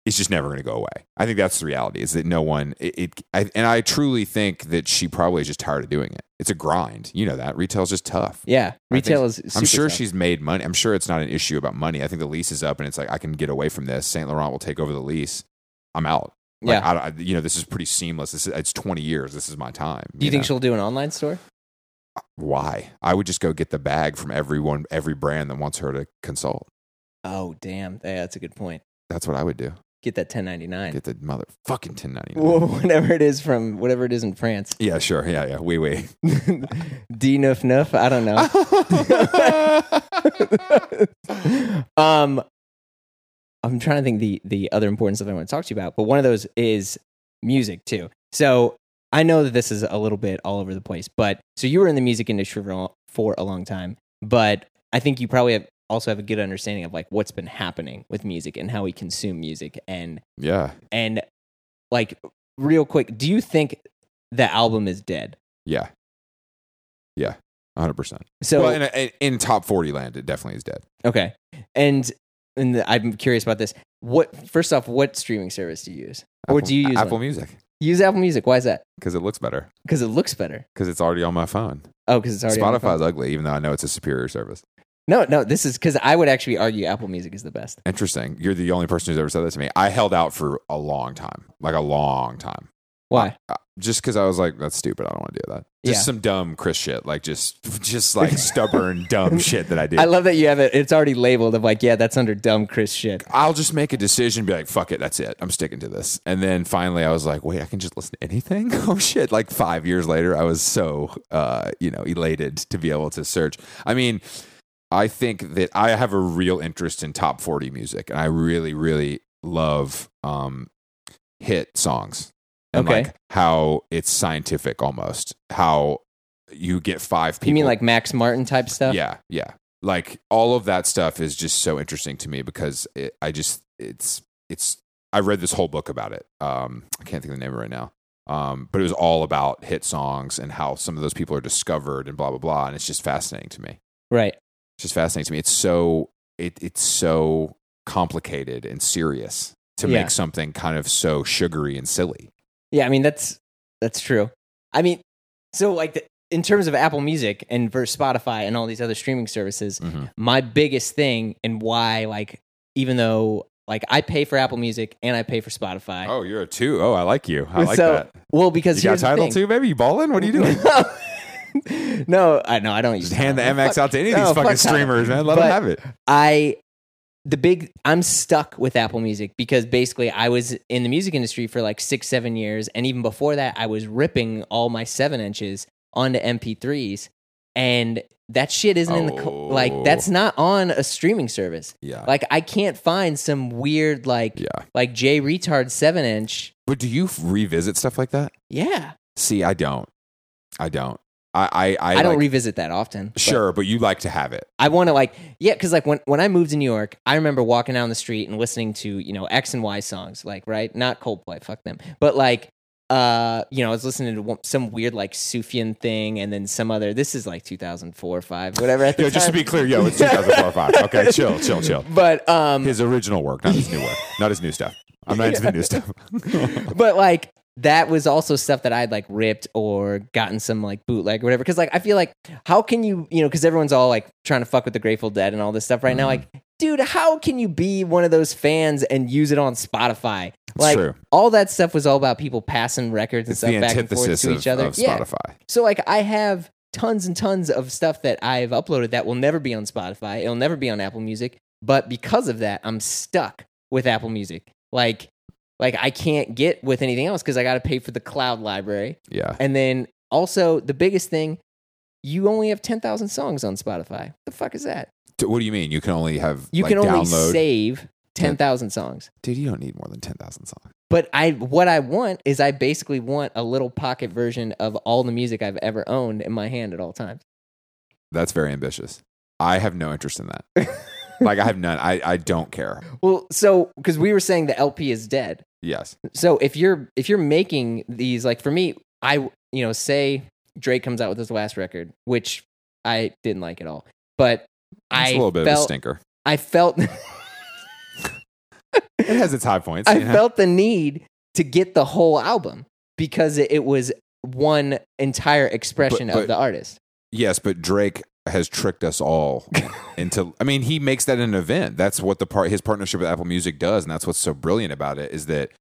Speaker 2: is just never going to go away. I think that's the reality is that no one, it, it I, and I truly think that she probably is just tired of doing it. It's a grind. You know that. Retail's just tough.
Speaker 1: yeah. Retail is.
Speaker 2: I'm
Speaker 1: super
Speaker 2: sure
Speaker 1: tough.
Speaker 2: she's made money. I'm sure it's not an issue about money. I think the lease is up and it's like, I can get away from this. St. Laurent will take over the lease. I'm out. Like,
Speaker 1: yeah.
Speaker 2: I, I- you know, this is pretty seamless. This is, it's 20 years. This is my time.
Speaker 1: Do you think
Speaker 2: know?
Speaker 1: she'll do an online store?
Speaker 2: Why? I would just go get the bag from everyone, every brand that wants her to consult.
Speaker 1: Oh, damn. Yeah, that's a good point.
Speaker 2: That's what I would do.
Speaker 1: Get that 1099
Speaker 2: Get the motherfucking 1099.
Speaker 1: Wha- whatever it is from whatever it is in France.
Speaker 2: Yeah, sure. Yeah, yeah. Wee wee.
Speaker 1: D nuff nuff. I don't know. um, I'm trying to think the the other important stuff I want to talk to you about, but one of those is music too. So I know that this is a little bit all over the place, but so you were in the music industry for, a- for a long time, but I think you probably have also have a good understanding of like what's been happening with music and how we consume music and
Speaker 2: yeah.
Speaker 1: and like real quick, do you think the album is dead?
Speaker 2: Yeah. Yeah. 100%.
Speaker 1: So
Speaker 2: well, in, in, in top 40 land, it definitely is dead.
Speaker 1: okay, and and the, I'm curious about this. What first off, what streaming service do you use? Or do you use
Speaker 2: Apple
Speaker 1: one?
Speaker 2: Music?
Speaker 1: Use Apple Music. Why is that?
Speaker 2: Because it looks better.
Speaker 1: Because it looks better.
Speaker 2: Because it's already on my phone.
Speaker 1: Oh, because it's already on the phone.
Speaker 2: Spotify's ugly, even though I know it's a superior service.
Speaker 1: No, no, this is because I would actually argue Apple Music is the best.
Speaker 2: Interesting. You're the only person who's ever said that to me. I held out for a long time, like a long time.
Speaker 1: Why?
Speaker 2: just because I was like, that's stupid. I don't want to do that. Just
Speaker 1: Yeah.
Speaker 2: some dumb Chris shit, like just just like stubborn dumb shit that I did.
Speaker 1: I love that you have it. It's already labeled of like, yeah, that's under dumb Chris shit.
Speaker 2: I'll just make a decision, be like, fuck it, that's it. I'm sticking to this. And then finally I was like, wait, I can just listen to anything? Oh shit. Like five years later, I was so uh, you know, elated to be able to search. I mean, I think that I have a real interest in top 40 music and I really, really love um hit songs. And
Speaker 1: Okay.
Speaker 2: like how it's scientific almost. How you get five people.
Speaker 1: You mean like Max Martin type stuff?
Speaker 2: Yeah, yeah. Like all of that stuff is just so interesting to me because it, I just it's it's I read this whole book about it. Um, I can't think of the name of it right now. Um, but it was all about hit songs and how some of those people are discovered and blah blah blah. And it's just fascinating to me.
Speaker 1: Right.
Speaker 2: It's just fascinating to me. It's so it it's so complicated and serious to
Speaker 1: Yeah.
Speaker 2: make something kind of so sugary and silly.
Speaker 1: Yeah, I mean that's that's true. I mean, so like the, in terms of Apple Music and versus Spotify and all these other streaming services,
Speaker 2: Mm-hmm.
Speaker 1: my biggest thing and why like even though like I pay for Apple Music and I pay for Spotify.
Speaker 2: Oh, you're a two. Oh, I like you. I like
Speaker 1: so,
Speaker 2: that.
Speaker 1: Well, because
Speaker 2: You got
Speaker 1: here's the
Speaker 2: title
Speaker 1: thing.
Speaker 2: too, baby? You balling? What are you doing?
Speaker 1: no, I no, I don't use
Speaker 2: Just hand the
Speaker 1: Tidal.
Speaker 2: MX out to any of these
Speaker 1: no,
Speaker 2: fucking
Speaker 1: fuck Tidal.
Speaker 2: streamers, man. Let
Speaker 1: But-
Speaker 2: them have it.
Speaker 1: I the big I'm stuck with Apple Music because basically I was in the music industry for like six, seven years, and even before that, I was ripping all my seven inches onto MP3s, and that shit isn't in the co- like
Speaker 2: Oh.
Speaker 1: that's not on a streaming service.
Speaker 2: Yeah.
Speaker 1: Like I can't find some weird like
Speaker 2: yeah.
Speaker 1: like J retard seven inch.
Speaker 2: But do you f- revisit stuff like that?
Speaker 1: Yeah,
Speaker 2: See, I don't. I don't. I I, I,
Speaker 1: I, don't
Speaker 2: like-
Speaker 1: revisit that often. but-
Speaker 2: sure, but you like to have it.
Speaker 1: I want to like yeah, because like when when I moved to New York, I remember walking down the street and listening to you know X and Y songs, like right, not Coldplay, fuck them, but like uh you know I was listening to one- some weird like Sufian thing and then some other. This is like 2004 or five, whatever. At the
Speaker 2: Yo, just to
Speaker 1: time.
Speaker 2: be clear, yo, it's 2004 5. oh Okay, chill, chill, chill.
Speaker 1: but um,
Speaker 2: His original work, not his new work, not his new stuff. I'm not into the new stuff.
Speaker 1: but like that was also stuff that I'd like ripped or gotten some like bootleg or whatever. Cause like I feel like how can you, you know, cause everyone's all like trying to fuck with the Grateful Dead and all this stuff right now.
Speaker 2: Mm-hmm.
Speaker 1: Like, dude, how can you be one of those fans and use it on Spotify? Like
Speaker 2: true.
Speaker 1: all that stuff was all about people passing records and
Speaker 2: it's
Speaker 1: stuff
Speaker 2: the
Speaker 1: back and forth
Speaker 2: antithesis
Speaker 1: to
Speaker 2: of,
Speaker 1: each other.
Speaker 2: of
Speaker 1: yeah.
Speaker 2: Spotify.
Speaker 1: So like I have tons and tons of stuff that I've uploaded that will never be on Spotify. It'll never be on Apple Music. But because of that, I'm stuck with Apple Music. Like like I can't get with anything else because I gotta pay for the cloud library.
Speaker 2: Yeah.
Speaker 1: And then also the biggest thing, you only have ten thousand songs on Spotify. the fuck is that?
Speaker 2: T- What do you mean? You can only have
Speaker 1: You
Speaker 2: like,
Speaker 1: can only
Speaker 2: download.
Speaker 1: save ten thousand songs.
Speaker 2: Dude, you don't need more than 10,000 songs.
Speaker 1: But I what I want is I basically want a little pocket version of all the music I've ever owned in my hand at all times.
Speaker 2: That's very ambitious. I have no interest in that. like I have none. I, I don't care.
Speaker 1: Well, so because we were saying the LP is dead.
Speaker 2: Yes.
Speaker 1: So if you're if you're making these like for me, I you know say Drake comes out with his last record, which I didn't like at all, but
Speaker 2: It's
Speaker 1: I
Speaker 2: a little bit of a
Speaker 1: felt
Speaker 2: stinker.
Speaker 1: I felt
Speaker 2: It has its high points.
Speaker 1: I
Speaker 2: you know?
Speaker 1: felt the need to get the whole album because it, it was one entire expression
Speaker 2: but-
Speaker 1: of the artist.
Speaker 2: Yes, but Drake has tricked us all into. I mean, he makes that an event. That's what the part his partnership with Apple Music does, and that's what's so brilliant about it is that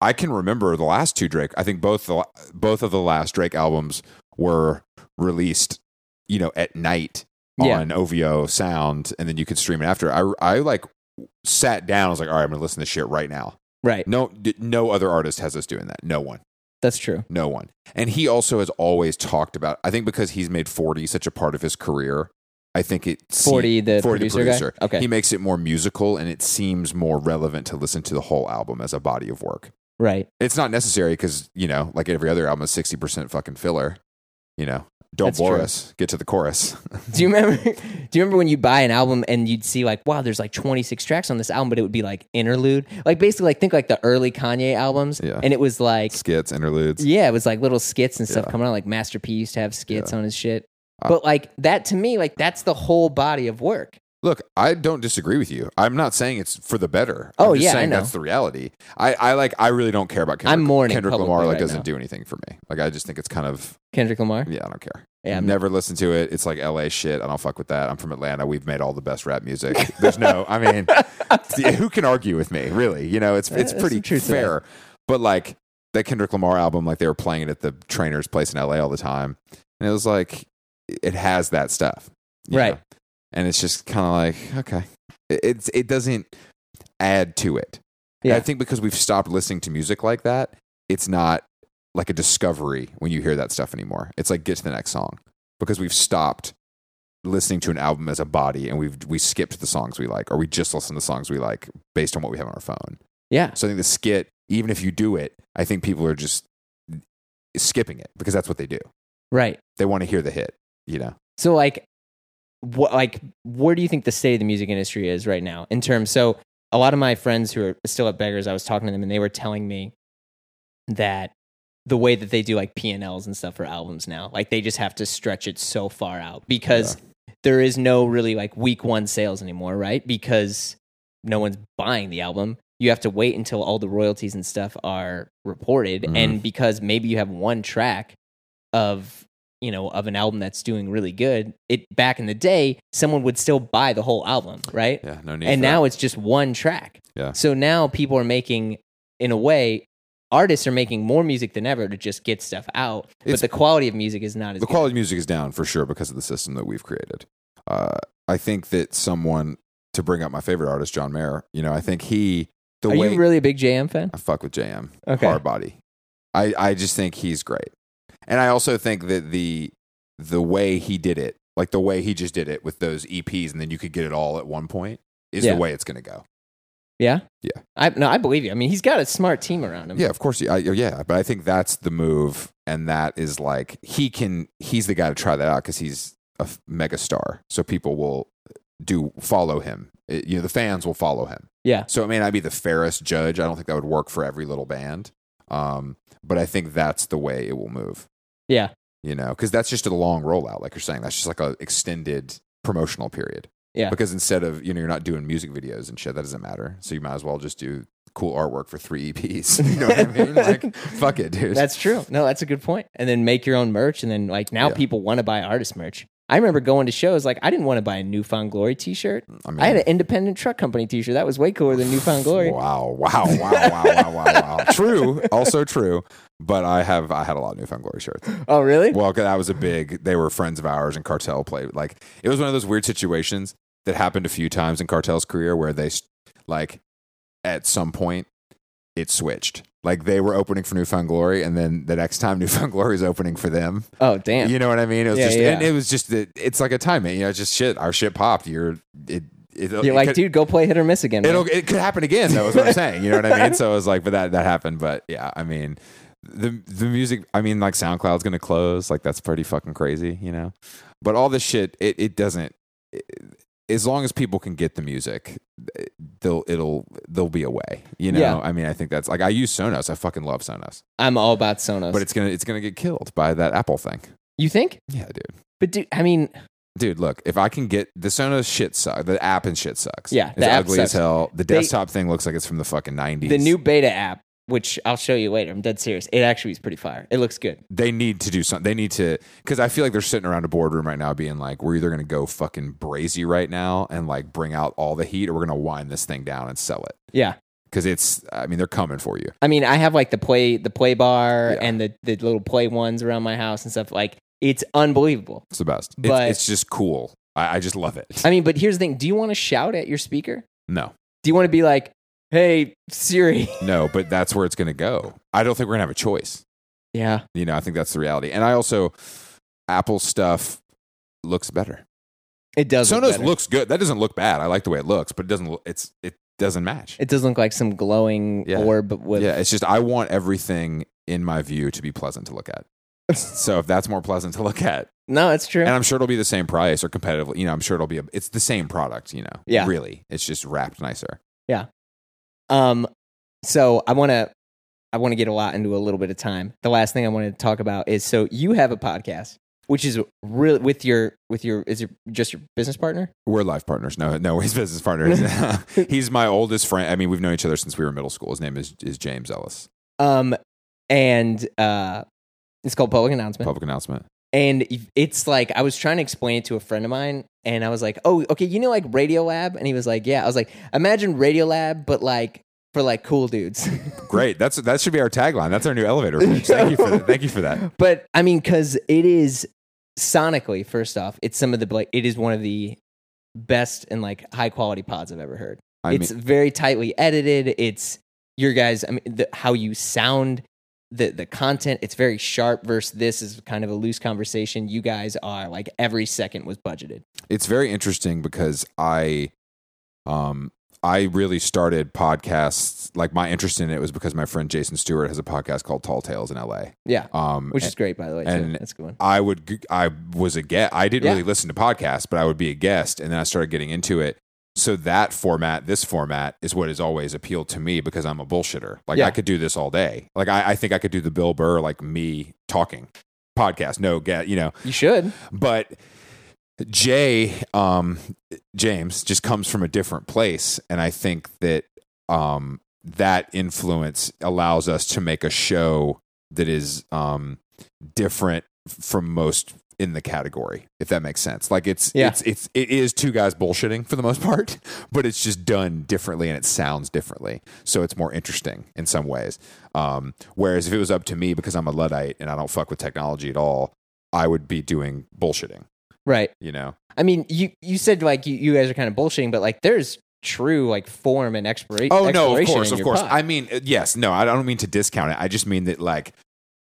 Speaker 2: I can remember the last two Drake. I think both the la- both of the last Drake albums were released, you know, at night
Speaker 1: Yeah.
Speaker 2: on OVO Sound, and then you could stream it after. I I like sat down. I was like, all right, I'm gonna listen to this shit right now.
Speaker 1: Right.
Speaker 2: No, d- no other artist has us doing that. No one.
Speaker 1: That's true.
Speaker 2: No one. And he also has always talked about, I think because he's made 40 such a part of his career, I think it se-
Speaker 1: Forty the producer, guy. Okay.
Speaker 2: He makes it more musical and it seems more relevant to listen to the whole album as a body of work.
Speaker 1: right.
Speaker 2: It's not necessary because, you know, like every other album is 60% fucking filler. You know, don't
Speaker 1: That's
Speaker 2: bore
Speaker 1: true.
Speaker 2: us. Get to the chorus.
Speaker 1: Do you remember? Do you remember when you buy an album and you'd see like, wow, there's like 26 tracks on this album, but it would be like interlude, like basically like think like the early Kanye albums,
Speaker 2: Yeah.
Speaker 1: and it was like,
Speaker 2: Skits, interludes.
Speaker 1: yeah, it was like little skits and stuff
Speaker 2: Yeah.
Speaker 1: coming on. Like Master P used to have skits on his shit,
Speaker 2: Uh,
Speaker 1: but like that to me, like that's the whole body of work.
Speaker 2: Look, I don't disagree with you. I'm not saying it's for the better.
Speaker 1: Oh,
Speaker 2: I'm just
Speaker 1: yeah, I
Speaker 2: saying
Speaker 1: know.
Speaker 2: that's the reality. I, I like. I really don't care about Kendrick.
Speaker 1: I'm mourning
Speaker 2: Kendrick
Speaker 1: publicly
Speaker 2: Lamar like
Speaker 1: right
Speaker 2: doesn't
Speaker 1: now.
Speaker 2: do anything for me. Like I just think it's kind of
Speaker 1: Kendrick Lamar,
Speaker 2: yeah. I don't care.
Speaker 1: yeah, I'm-
Speaker 2: Never listen to it. It's like LA shit. I don't fuck with that. I'm from Atlanta. We've made all the best rap music. There's no, I mean, see, who can argue with me, really? You know, it's
Speaker 1: Uh,
Speaker 2: it's
Speaker 1: there's
Speaker 2: pretty
Speaker 1: some truth to
Speaker 2: fair. But like, that Kendrick Lamar album, like they were playing it at the trainer's place in LA all the time. And it was like, it has that stuff. you
Speaker 1: Right.
Speaker 2: know? And it's just kind of like, okay. It, it's, it doesn't add to it. And
Speaker 1: Yeah.
Speaker 2: I think because we've stopped listening to music like that, it's not like a discovery when you hear that stuff anymore. It's like, get to the next song because we've stopped listening to an album as a body and we've we skipped the songs we like or we just listen to the songs we like based on what we have on our phone.
Speaker 1: Yeah.
Speaker 2: So I think the skit, even if you do it, I think people are just skipping it because that's what they do.
Speaker 1: Right.
Speaker 2: They want to hear the hit, you know.
Speaker 1: So like what like where do you think the state of the music industry is right now in terms so a lot of my friends who are still at beggars I was talking to them and they were telling me that the way that they do like P&Ls and stuff for albums now like they just have to stretch it so far out because there is no really like week 1 sales anymore right because no one's buying the album you have to wait until all the royalties and stuff are reported
Speaker 2: Mhm.
Speaker 1: and because maybe you have one track of you know of an album that's doing really good it back in the day someone would still buy the whole album right
Speaker 2: Yeah, no need.
Speaker 1: and now it's just one track
Speaker 2: Yeah.
Speaker 1: so now people are making in a way artists are making more music than ever to just get stuff out but
Speaker 2: It's-
Speaker 1: the quality of music is not as
Speaker 2: the
Speaker 1: good.
Speaker 2: quality of music is down for sure because of the system that we've created. Uh, I think that someone to bring up my favorite artist, John Mayer. You know, I think he the
Speaker 1: are
Speaker 2: way Uh,
Speaker 1: you really a big jm fan
Speaker 2: I fuck with JM
Speaker 1: Okay.
Speaker 2: hard body. I I just think he's great, and I also think that the the way he did it, like the way he just did it with those EPs, and then you could get it all at one point, is
Speaker 1: Yeah.
Speaker 2: the way it's going to go.
Speaker 1: yeah
Speaker 2: Yeah.
Speaker 1: i no i believe you i mean he's got a smart team around him
Speaker 2: Yeah, of course. I, yeah, but I think that's the move, and that is like he can. He's the guy to try that out because he's a f- mega star. So people will do follow him. It- you know, the fans will follow him.
Speaker 1: Yeah.
Speaker 2: So it may not be the fairest judge. I don't think that would work for every little band. Um, but I think that's the way it will move.
Speaker 1: Yeah.
Speaker 2: You know, because that's just a long rollout, like you're saying. That's just like a extended promotional period.
Speaker 1: Yeah.
Speaker 2: Because instead of you know you're not doing music videos and shit, that doesn't matter. So you might as well just do cool artwork for three EPs. You know what I mean? Like, fuck it, dude.
Speaker 1: That's true. No, that's a good point. And then make your own merch. And then like now
Speaker 2: Yeah.
Speaker 1: people want to buy artist merch. I remember going to shows like I didn't want to buy a Newfound Glory T-shirt.
Speaker 2: I mean,
Speaker 1: I had an independent truck company T-shirt that was way cooler than Newfound Glory.
Speaker 2: Wow, wow, wow, wow, wow, wow, wow. True, also true. But I have I had a lot of Newfound Glory shirts.
Speaker 1: Oh, really?
Speaker 2: Well, 'cause that was a big. They were friends of ours, and Cartel played. Like it was one of those weird situations that happened a few times in Cartel's career where they, s- like, at some point, it switched. Like they were opening for Newfound Glory, and then the next time Newfound Glory is opening for them.
Speaker 1: Oh, damn.
Speaker 2: You know what I mean? It was
Speaker 1: Yeah,
Speaker 2: just.
Speaker 1: yeah.
Speaker 2: And it was just. that It's like a timing. You know, it's just shit. Our shit popped. You're. It. it
Speaker 1: You're
Speaker 2: it
Speaker 1: like,
Speaker 2: could-
Speaker 1: dude, go play hit or miss again. man."
Speaker 2: It'll, it could happen again, though, is what I'm saying. You know what I mean? So I was like, but that, that happened. But yeah, I mean, the the music, I mean, like SoundCloud's going to close. Like, that's pretty fucking crazy, you know? But all this shit, it, it doesn't, it, as long as people can get the music, they'll, it'll, there'll be a way, you know?
Speaker 1: Yeah.
Speaker 2: I mean, I think that's like, I use Sonos. I fucking love Sonos,
Speaker 1: I'm all about Sonos.
Speaker 2: but it's going to, it's going to get killed by that Apple thing.
Speaker 1: you think?
Speaker 2: Yeah, dude.
Speaker 1: But dude, I mean,
Speaker 2: Dude, look, if I can get the Sonos shit sucks. The app and shit sucks.
Speaker 1: Yeah,
Speaker 2: It's
Speaker 1: the app
Speaker 2: ugly as
Speaker 1: sucks.
Speaker 2: hell. The
Speaker 1: They-
Speaker 2: desktop thing looks like it's from the fucking 90s.
Speaker 1: the new beta app, which I'll show you later. I'm dead serious. It actually is pretty fire. It looks good.
Speaker 2: they need to do something. They need to because I feel like they're sitting around a boardroom right now, being like, "We're either going to go fucking brazy right now and like bring out all the heat, or we're going to wind this thing down and sell it."
Speaker 1: Yeah.
Speaker 2: Because it's, I mean, they're coming for you.
Speaker 1: I mean, I have like the play the play bar
Speaker 2: Yeah.
Speaker 1: and the the little play ones around my house and stuff. Like, it's unbelievable.
Speaker 2: It's the best.
Speaker 1: But-
Speaker 2: it's, it's just cool. I, I just love it.
Speaker 1: I mean, but here's the thing: Do you want to shout at your speaker?
Speaker 2: no,
Speaker 1: Do you want to be like, "Hey Siri"?
Speaker 2: no, but that's where it's going to go. I don't think we're going to have a choice.
Speaker 1: Yeah,
Speaker 2: You know, I think that's the reality. And I also, Apple stuff looks better.
Speaker 1: it does.
Speaker 2: Sonos
Speaker 1: look better.
Speaker 2: looks good. That doesn't look bad. I like the way it looks, but it doesn't. It's it doesn't match.
Speaker 1: It doesn't look like some glowing
Speaker 2: Yeah.
Speaker 1: orb with.
Speaker 2: yeah, it's just I want everything in my view to be pleasant to look at. so if that's more pleasant to look at,
Speaker 1: No, it's true.
Speaker 2: and I'm sure it'll be the same price or competitively, you know, I'm sure it'll be a, it's the same product, you know.
Speaker 1: Yeah.
Speaker 2: Really. It's just wrapped nicer.
Speaker 1: Um, so I want to, I want to get a lot into a little bit of time. The last thing I want to talk about is so you have a podcast, which is really with your with your is your just your business partner?
Speaker 2: We're life partners. No, no, he's business partners. he's my oldest friend. I mean, we've known each other since we were in middle school. His name is, is James Ellis.
Speaker 1: Um, and uh, it's called Public Announcement.
Speaker 2: Public announcement.
Speaker 1: and it's like I was trying to explain it to a friend of mine, and I was like, "Oh, okay, you know, like Radio Lab," and he was like, "Yeah." I was like, "Imagine Radio Lab, but like for like cool dudes.
Speaker 2: Great. That's that should be our tagline. That's our new elevator pitch. Thank you for that. Thank you for that.
Speaker 1: but I mean, because it is sonically, first off, it's some of the like it is one of the best and like high quality pods I've ever heard.
Speaker 2: I
Speaker 1: it's very tightly edited. It's your guys. I mean, the, how you sound, the the content. It's very sharp. Versus this is kind of a loose conversation. You guys are like every second was budgeted.
Speaker 2: it's very interesting because I, um, I really started podcasts. Like my interest in it was because my friend Jason Stewart has a podcast called Tall Tales in L.A.
Speaker 1: Yeah,
Speaker 2: Um,
Speaker 1: which is great by the way. too.
Speaker 2: and-
Speaker 1: That's a good one.
Speaker 2: I would g- I was a guest. I didn't
Speaker 1: Yeah.
Speaker 2: really listen to podcasts, but I would be a guest, and then I started getting into it. So that format, this format, is what has always appealed to me because I'm a bullshitter. Like
Speaker 1: Yeah.
Speaker 2: I could do this all day. Like I, I think I could do the Bill Burr like me talking podcast. No, get you know,
Speaker 1: You should.
Speaker 2: but Jay um, James just comes from a different place, and I think that um, that influence allows us to make a show that is um, different from most in the category if that makes sense like it's
Speaker 1: Yeah.
Speaker 2: it's it's it is two guys bullshitting for the most part but it's just done differently and it sounds differently so it's more interesting in some ways um whereas if it was up to me because i'm a luddite and i don't fuck with technology at all i would be doing bullshitting
Speaker 1: Right.
Speaker 2: you know
Speaker 1: I mean, you you said like you, you guys are kind of bullshitting, but like there's true like form and E-, exploration.
Speaker 2: oh no of course of course i mean uh, yes no i don't mean to discount it i just mean that like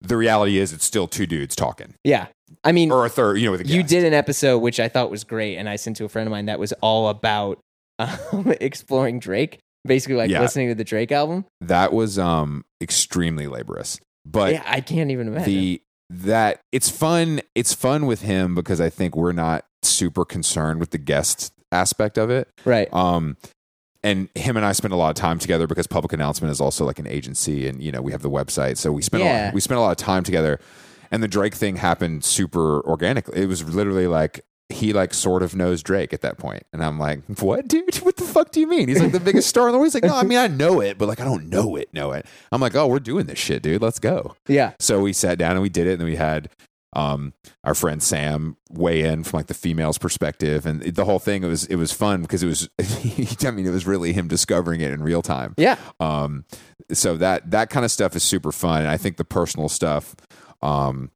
Speaker 2: the reality is it's still two dudes talking
Speaker 1: yeah. I mean,
Speaker 2: or a third you know with a
Speaker 1: you
Speaker 2: guest.
Speaker 1: did an episode which I thought was great, and I sent to a friend of mine that was all about um, exploring Drake, basically like
Speaker 2: Yeah.
Speaker 1: listening to the Drake album.
Speaker 2: that was um extremely laborious but
Speaker 1: yeah, I can't even imagine.
Speaker 2: the that it's fun it's fun with him because i think we're not super concerned with the guest aspect of it
Speaker 1: right.
Speaker 2: um and him and i spend a lot of time together because public announcement is also like an agency and you know we have the website so we spend a
Speaker 1: Yeah.
Speaker 2: lot, we spend a lot of time together and the drake thing happened super organically it was literally like he like sort of knows Drake at that point, and I'm like, "What, dude? What the fuck do you mean?" He's like the biggest star in the world. He's like, "No, I mean I know it, but like I don't know it, know it." I'm like, "Oh, we're doing this shit, dude. Let's go."
Speaker 1: Yeah.
Speaker 2: So we sat down and we did it, and then we had um, our friend Sam weigh in from like the female's perspective, and the whole thing. It was it was fun because it was. I mean, it was really him discovering it in real time.
Speaker 1: Yeah.
Speaker 2: Um, so that that kind of stuff is super fun. And I think the personal stuff um,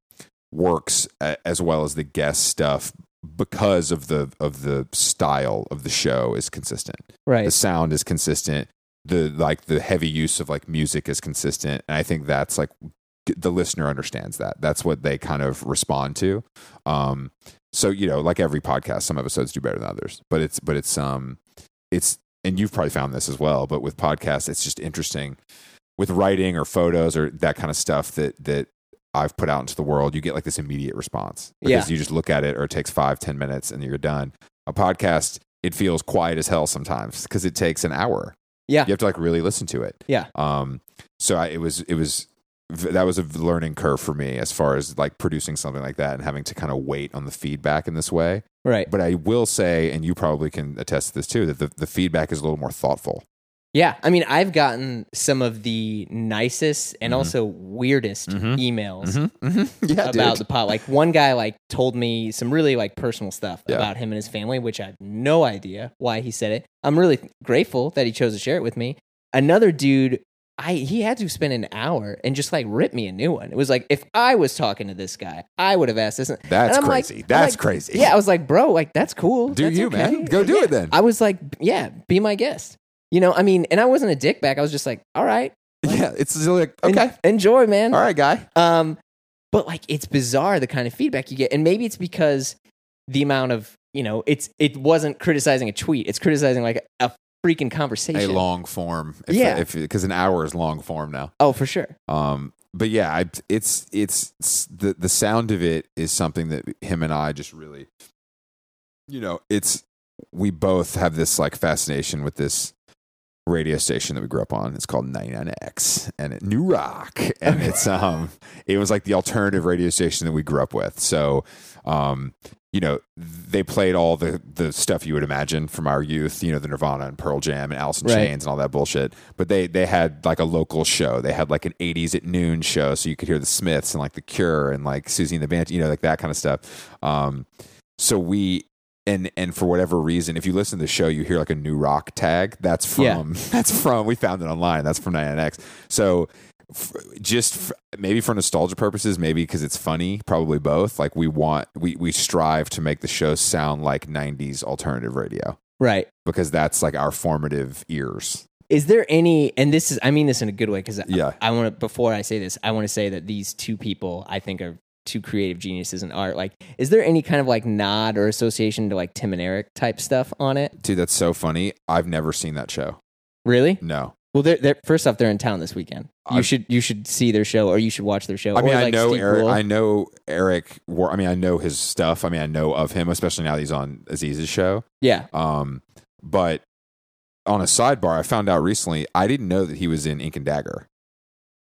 Speaker 2: works a, as well as the guest stuff because of the of the style of the show is consistent the
Speaker 1: Right.
Speaker 2: sound is consistent the like the heavy use of like music is consistent and i think that's like g- the listener understands that that's what they kind of respond to um so you know like every podcast some episodes do better than others but it's but it's um it's and you've probably found this as well but with podcasts it's just interesting with writing or photos or that kind of stuff that that i've put out into the world you get like this immediate response because you just look at it or it takes five ten minutes and you're done a podcast it feels quiet as hell sometimes because it takes an hour
Speaker 1: Yeah.
Speaker 2: you have to like really listen to it
Speaker 1: Yeah.
Speaker 2: um so I, it was it was v- that was a learning curve for me as far as like producing something like that and having to kind of wait on the feedback in this way
Speaker 1: Right.
Speaker 2: but i will say and you probably can attest to this too that the, the feedback is a little more thoughtful
Speaker 1: Yeah. I mean, I've gotten some of the nicest and
Speaker 2: Mhm.
Speaker 1: also weirdest
Speaker 2: Mhm.
Speaker 1: emails
Speaker 2: yeah
Speaker 1: about
Speaker 2: dude.
Speaker 1: the pot. Like one guy like told me some really like personal stuff
Speaker 2: Yeah.
Speaker 1: about him and his family, which I had no idea why he said it. I'm really grateful that he chose to share it with me. Another dude, I he had to spend an hour and just like rip me a new one. It was like if I was talking to this guy, I would have asked this. And
Speaker 2: that's
Speaker 1: I'm like-
Speaker 2: crazy
Speaker 1: I'm
Speaker 2: that's
Speaker 1: like,
Speaker 2: crazy
Speaker 1: Yeah, I was like, bro, like that's cool.
Speaker 2: do
Speaker 1: That's
Speaker 2: you
Speaker 1: okay."
Speaker 2: man go do
Speaker 1: Yeah.
Speaker 2: it then
Speaker 1: I was like, yeah, be my guest. You know, I mean, and I wasn't a dick back. I was just like, all right,
Speaker 2: yeah it's just like
Speaker 1: en-
Speaker 2: okay
Speaker 1: enjoy, man.
Speaker 2: all right guy
Speaker 1: Um, but like it's bizarre the kind of feedback you get, and maybe it's because the amount of you know it's it wasn't criticizing a tweet; it's criticizing like a freaking
Speaker 2: a
Speaker 1: conversation.
Speaker 2: long form if,
Speaker 1: Yeah.
Speaker 2: if because an hour is long form now
Speaker 1: oh, for sure.
Speaker 2: Um, but yeah, I, it's, it's it's the the sound of it is something that him and I just really, you know, it's we both have this like fascination with this radio station that we grew up on. It's called 99X and it, New Rock, and it's um, it was like the alternative radio station that we grew up with. So, um, you know, they played all the the stuff you would imagine from our youth, you know, the Nirvana and Pearl Jam and Alice in
Speaker 1: Right.
Speaker 2: Chains and all that bullshit. But they they had like a local show. They had like an 80s at noon show so you could hear the Smiths and like the Cure and like Susie and the Band, you know, like that kind of stuff. Um so we and and for whatever reason, if you listen to the show, you hear like a new rock tag. That's from
Speaker 1: Yeah.
Speaker 2: that's from we found it online. That's from 99X. So f- just f- maybe for nostalgia purposes, maybe because it's funny, probably both. Like we want we we strive to make the show sound like 90s alternative radio
Speaker 1: Right.
Speaker 2: because that's like our formative ears.
Speaker 1: Is there any, and this is, I mean this in a good way because
Speaker 2: Yeah.
Speaker 1: I want to, before I say this, I want to say that these two people I think are two creative geniuses in art. Like, is there any kind of like nod or association to like Tim and Eric type stuff on it?
Speaker 2: Dude, that's so funny. I've never seen that show.
Speaker 1: Really?
Speaker 2: No.
Speaker 1: Well, they're, they're, first off, they're in town this weekend. You
Speaker 2: I-
Speaker 1: should you should see their show or you should watch their show.
Speaker 2: I mean,
Speaker 1: or,
Speaker 2: I
Speaker 1: like,
Speaker 2: know
Speaker 1: Steve
Speaker 2: Eric.
Speaker 1: Brule.
Speaker 2: I know Eric. War, I mean, I know his stuff. I mean, I know of him, especially now that he's on Aziz's show.
Speaker 1: yeah.
Speaker 2: Um, but on a sidebar, I found out recently I didn't know that he was in Ink and Dagger.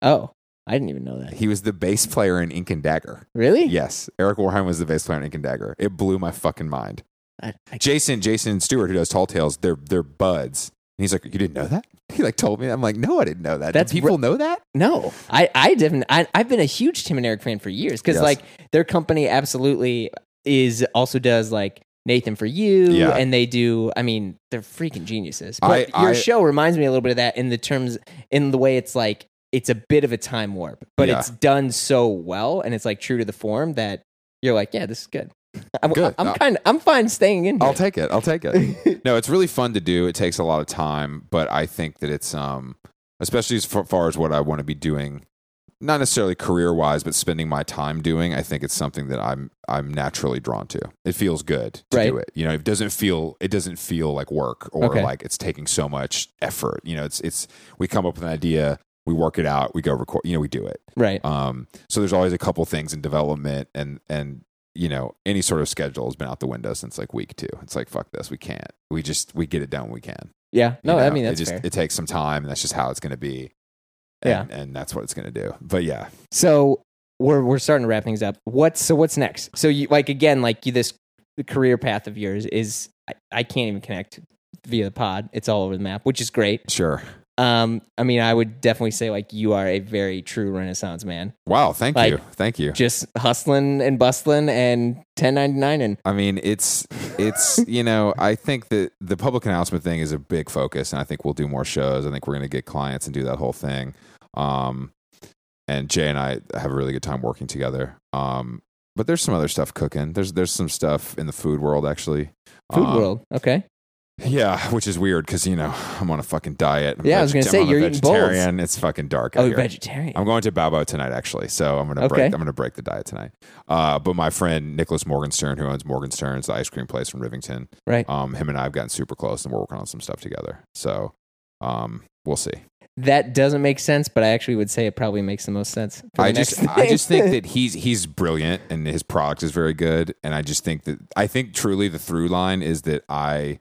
Speaker 1: Oh, I didn't even know that.
Speaker 2: He was the bass player in Ink and Dagger.
Speaker 1: Really?
Speaker 2: Yes, Eric Warheim was the bass player in Ink and Dagger. It blew my fucking mind.
Speaker 1: I, I,
Speaker 2: Jason, Jason Stewart, who does Tall Tales, they're they're buds. And he's like, you didn't know that? He like told me. I'm like, no, I didn't know that.
Speaker 1: That's
Speaker 2: Did people know that?
Speaker 1: no, I I didn't. I, I've been a huge Tim and Eric fan for years because
Speaker 2: Yes.
Speaker 1: like their company absolutely is also does like Nathan for You,
Speaker 2: Yeah.
Speaker 1: and they do. I mean, they're freaking geniuses.
Speaker 2: I-
Speaker 1: But your
Speaker 2: I-
Speaker 1: show reminds me a little bit of that in the terms in the way it's like it's a bit of a time warp, but
Speaker 2: Yeah.
Speaker 1: it's done so well and it's like true to the form that you're like, yeah, this is good. I'm,
Speaker 2: Good.
Speaker 1: I'm
Speaker 2: Uh,
Speaker 1: kind of I'm fine staying in. Here.
Speaker 2: I'll take it. I'll take it. no, it's really fun to do. It takes a lot of time, but I think that it's um, especially as fa- far as what I want to be doing, not necessarily career wise, but spending my time doing. I think it's something that I'm I'm naturally drawn to. It feels good to do
Speaker 1: Right.
Speaker 2: it. You know, it doesn't feel it doesn't feel like work or
Speaker 1: Okay.
Speaker 2: like it's taking so much effort. You know, it's it's we come up with an idea, we work it out, we go record. You know, we do it.
Speaker 1: right.
Speaker 2: Um, so there's always a couple things in development and and you know any sort of schedule has been out the window since like week two. It's like fuck this, we can't. We just we get it done. when We can.
Speaker 1: yeah.
Speaker 2: you
Speaker 1: No, I
Speaker 2: know?
Speaker 1: mean
Speaker 2: it
Speaker 1: that's
Speaker 2: just
Speaker 1: fair.
Speaker 2: it takes some time, and that's just how it's going to be.
Speaker 1: Yeah.
Speaker 2: And, and that's what it's going to do. But yeah,
Speaker 1: So we're we're starting to wrap things up. What's so what's next? So you like again like you, this career path of yours is I, I can't even connect via the pod. It's all over the map, which is great.
Speaker 2: sure.
Speaker 1: Um, I mean, I would definitely say like you are a very true Renaissance man,
Speaker 2: Wow, thank
Speaker 1: Like-
Speaker 2: you, thank you.
Speaker 1: just hustling and bustling and ten ninety nine and
Speaker 2: I mean, it's it's you know, I think that the public announcement thing is a big focus, and I think we'll do more shows. I think we're going to get clients and do that whole thing. Um, and Jay and I have a really good time working together. Um, but there's some other stuff cooking. There's there's some stuff in the food world actually.
Speaker 1: food
Speaker 2: Um,
Speaker 1: world. Okay,
Speaker 2: Yeah, which is weird because you know I'm on a fucking diet. I'm
Speaker 1: Yeah, I was gonna
Speaker 2: vegeta-
Speaker 1: say,
Speaker 2: I'm a
Speaker 1: you're eating bowls.
Speaker 2: vegetarian. It's fucking dark. out
Speaker 1: oh
Speaker 2: here.
Speaker 1: vegetarian.
Speaker 2: I'm going to Babo tonight, actually. So I'm gonna
Speaker 1: Okay.
Speaker 2: break. I'm gonna break the diet tonight. Uh, but my friend Nicholas Morgenstern, who owns Morgenstern's, the ice cream place from Rivington,
Speaker 1: Right.
Speaker 2: Um, him and I have gotten super close, and we're working on some stuff together. So, um, we'll see.
Speaker 1: that doesn't make sense, but I actually would say it probably makes the most sense. for the
Speaker 2: I
Speaker 1: next
Speaker 2: just, I just
Speaker 1: thing.
Speaker 2: think that he's he's brilliant, and his product is very good. And I just think that I think truly the through line is that I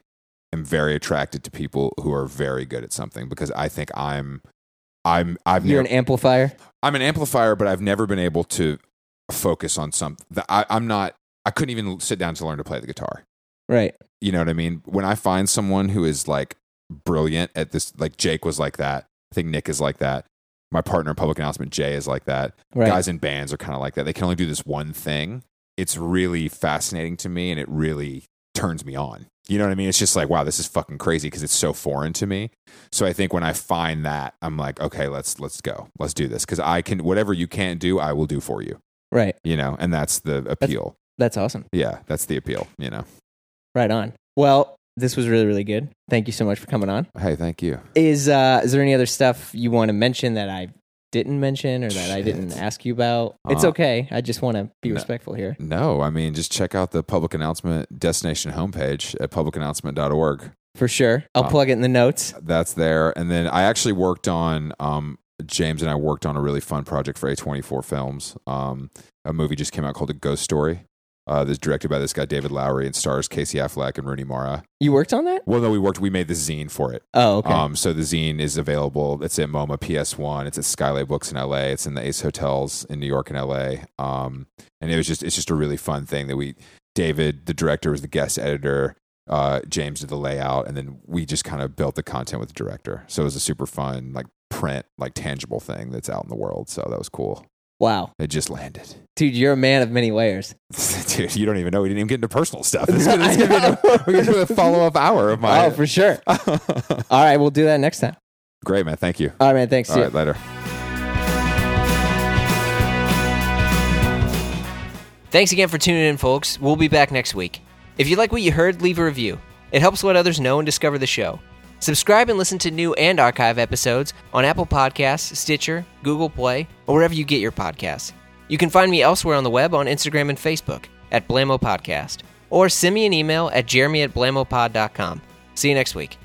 Speaker 2: am very attracted to people who are very good at something because I think I'm. I'm I've
Speaker 1: you're
Speaker 2: never
Speaker 1: an amplifier.
Speaker 2: I'm an amplifier, but I've never been able to focus on something. I, I'm not. I couldn't even sit down to learn to play the guitar.
Speaker 1: Right.
Speaker 2: You know what I mean? When I find someone who is like brilliant at this, like Jake was like that. I think Nick is like that. My partner in public announcement, Jay, is like that.
Speaker 1: Right.
Speaker 2: Guys in bands are kind of like that. They can only do this one thing. It's really fascinating to me, and it really turns me on. You know what I mean? It's just like, wow, this is fucking crazy because it's so foreign to me. So I think when I find that, I'm like, okay, let's let's go, let's do this because I can whatever you can't do, I will do for you.
Speaker 1: Right.
Speaker 2: You know, and that's the appeal.
Speaker 1: That's awesome.
Speaker 2: yeah, that's the appeal. You know.
Speaker 1: Right on. Well, this was really, really good. Thank you so much for coming on.
Speaker 2: Hey, thank you.
Speaker 1: Is uh is there any other stuff you want to mention that I didn't mention or that I
Speaker 2: Shit.
Speaker 1: didn't ask you about? It's
Speaker 2: Uh,
Speaker 1: okay. I just want to be
Speaker 2: no.
Speaker 1: respectful here.
Speaker 2: No, I mean, just check out the public announcement destination homepage at publicannouncement.org.
Speaker 1: For sure. I'll
Speaker 2: Uh,
Speaker 1: plug it in the notes.
Speaker 2: That's there. And then I actually worked on, um, James and I worked on a really fun project for A24 Films. Um, a movie just came out called A Ghost Story. Uh, that's directed by this guy, David Lowery, and stars Casey Affleck and Rooney Mara.
Speaker 1: You worked on that?
Speaker 2: Well, no, we worked, we made the zine for it.
Speaker 1: Oh, okay.
Speaker 2: Um, so the zine is available. It's at MoMA PS1. It's at Skylay Books in LA. It's in the Ace Hotels in New York and LA. Um, and it was just it's just a really fun thing that we David, the director, was the guest editor. Uh, James did the layout, and then we just kind of built the content with the director. So it was a super fun like print, like tangible thing that's out in the world. So that was cool.
Speaker 1: wow.
Speaker 2: It just landed.
Speaker 3: dude, you're a man of many layers.
Speaker 2: Dude, you don't even know. We didn't even get into personal stuff. This is gonna, this is gonna be a, we're going to do a follow up hour of
Speaker 3: Oh,
Speaker 2: mine.
Speaker 3: for sure. All right, we'll do that next time.
Speaker 2: Great, man. Thank you.
Speaker 3: All right, man. Thanks.
Speaker 2: All
Speaker 3: See ya.
Speaker 2: right, later.
Speaker 1: Thanks again for tuning in, folks. We'll be back next week. If you like what you heard, leave a review. It helps let others know and discover the show. Subscribe and listen to new and archive episodes on Apple Podcasts, Stitcher, Google Play, or wherever you get your podcasts. You can find me elsewhere on the web on Instagram and Facebook at Blamo Podcast, or send me an email at jeremy at blamopod.com. See you next week.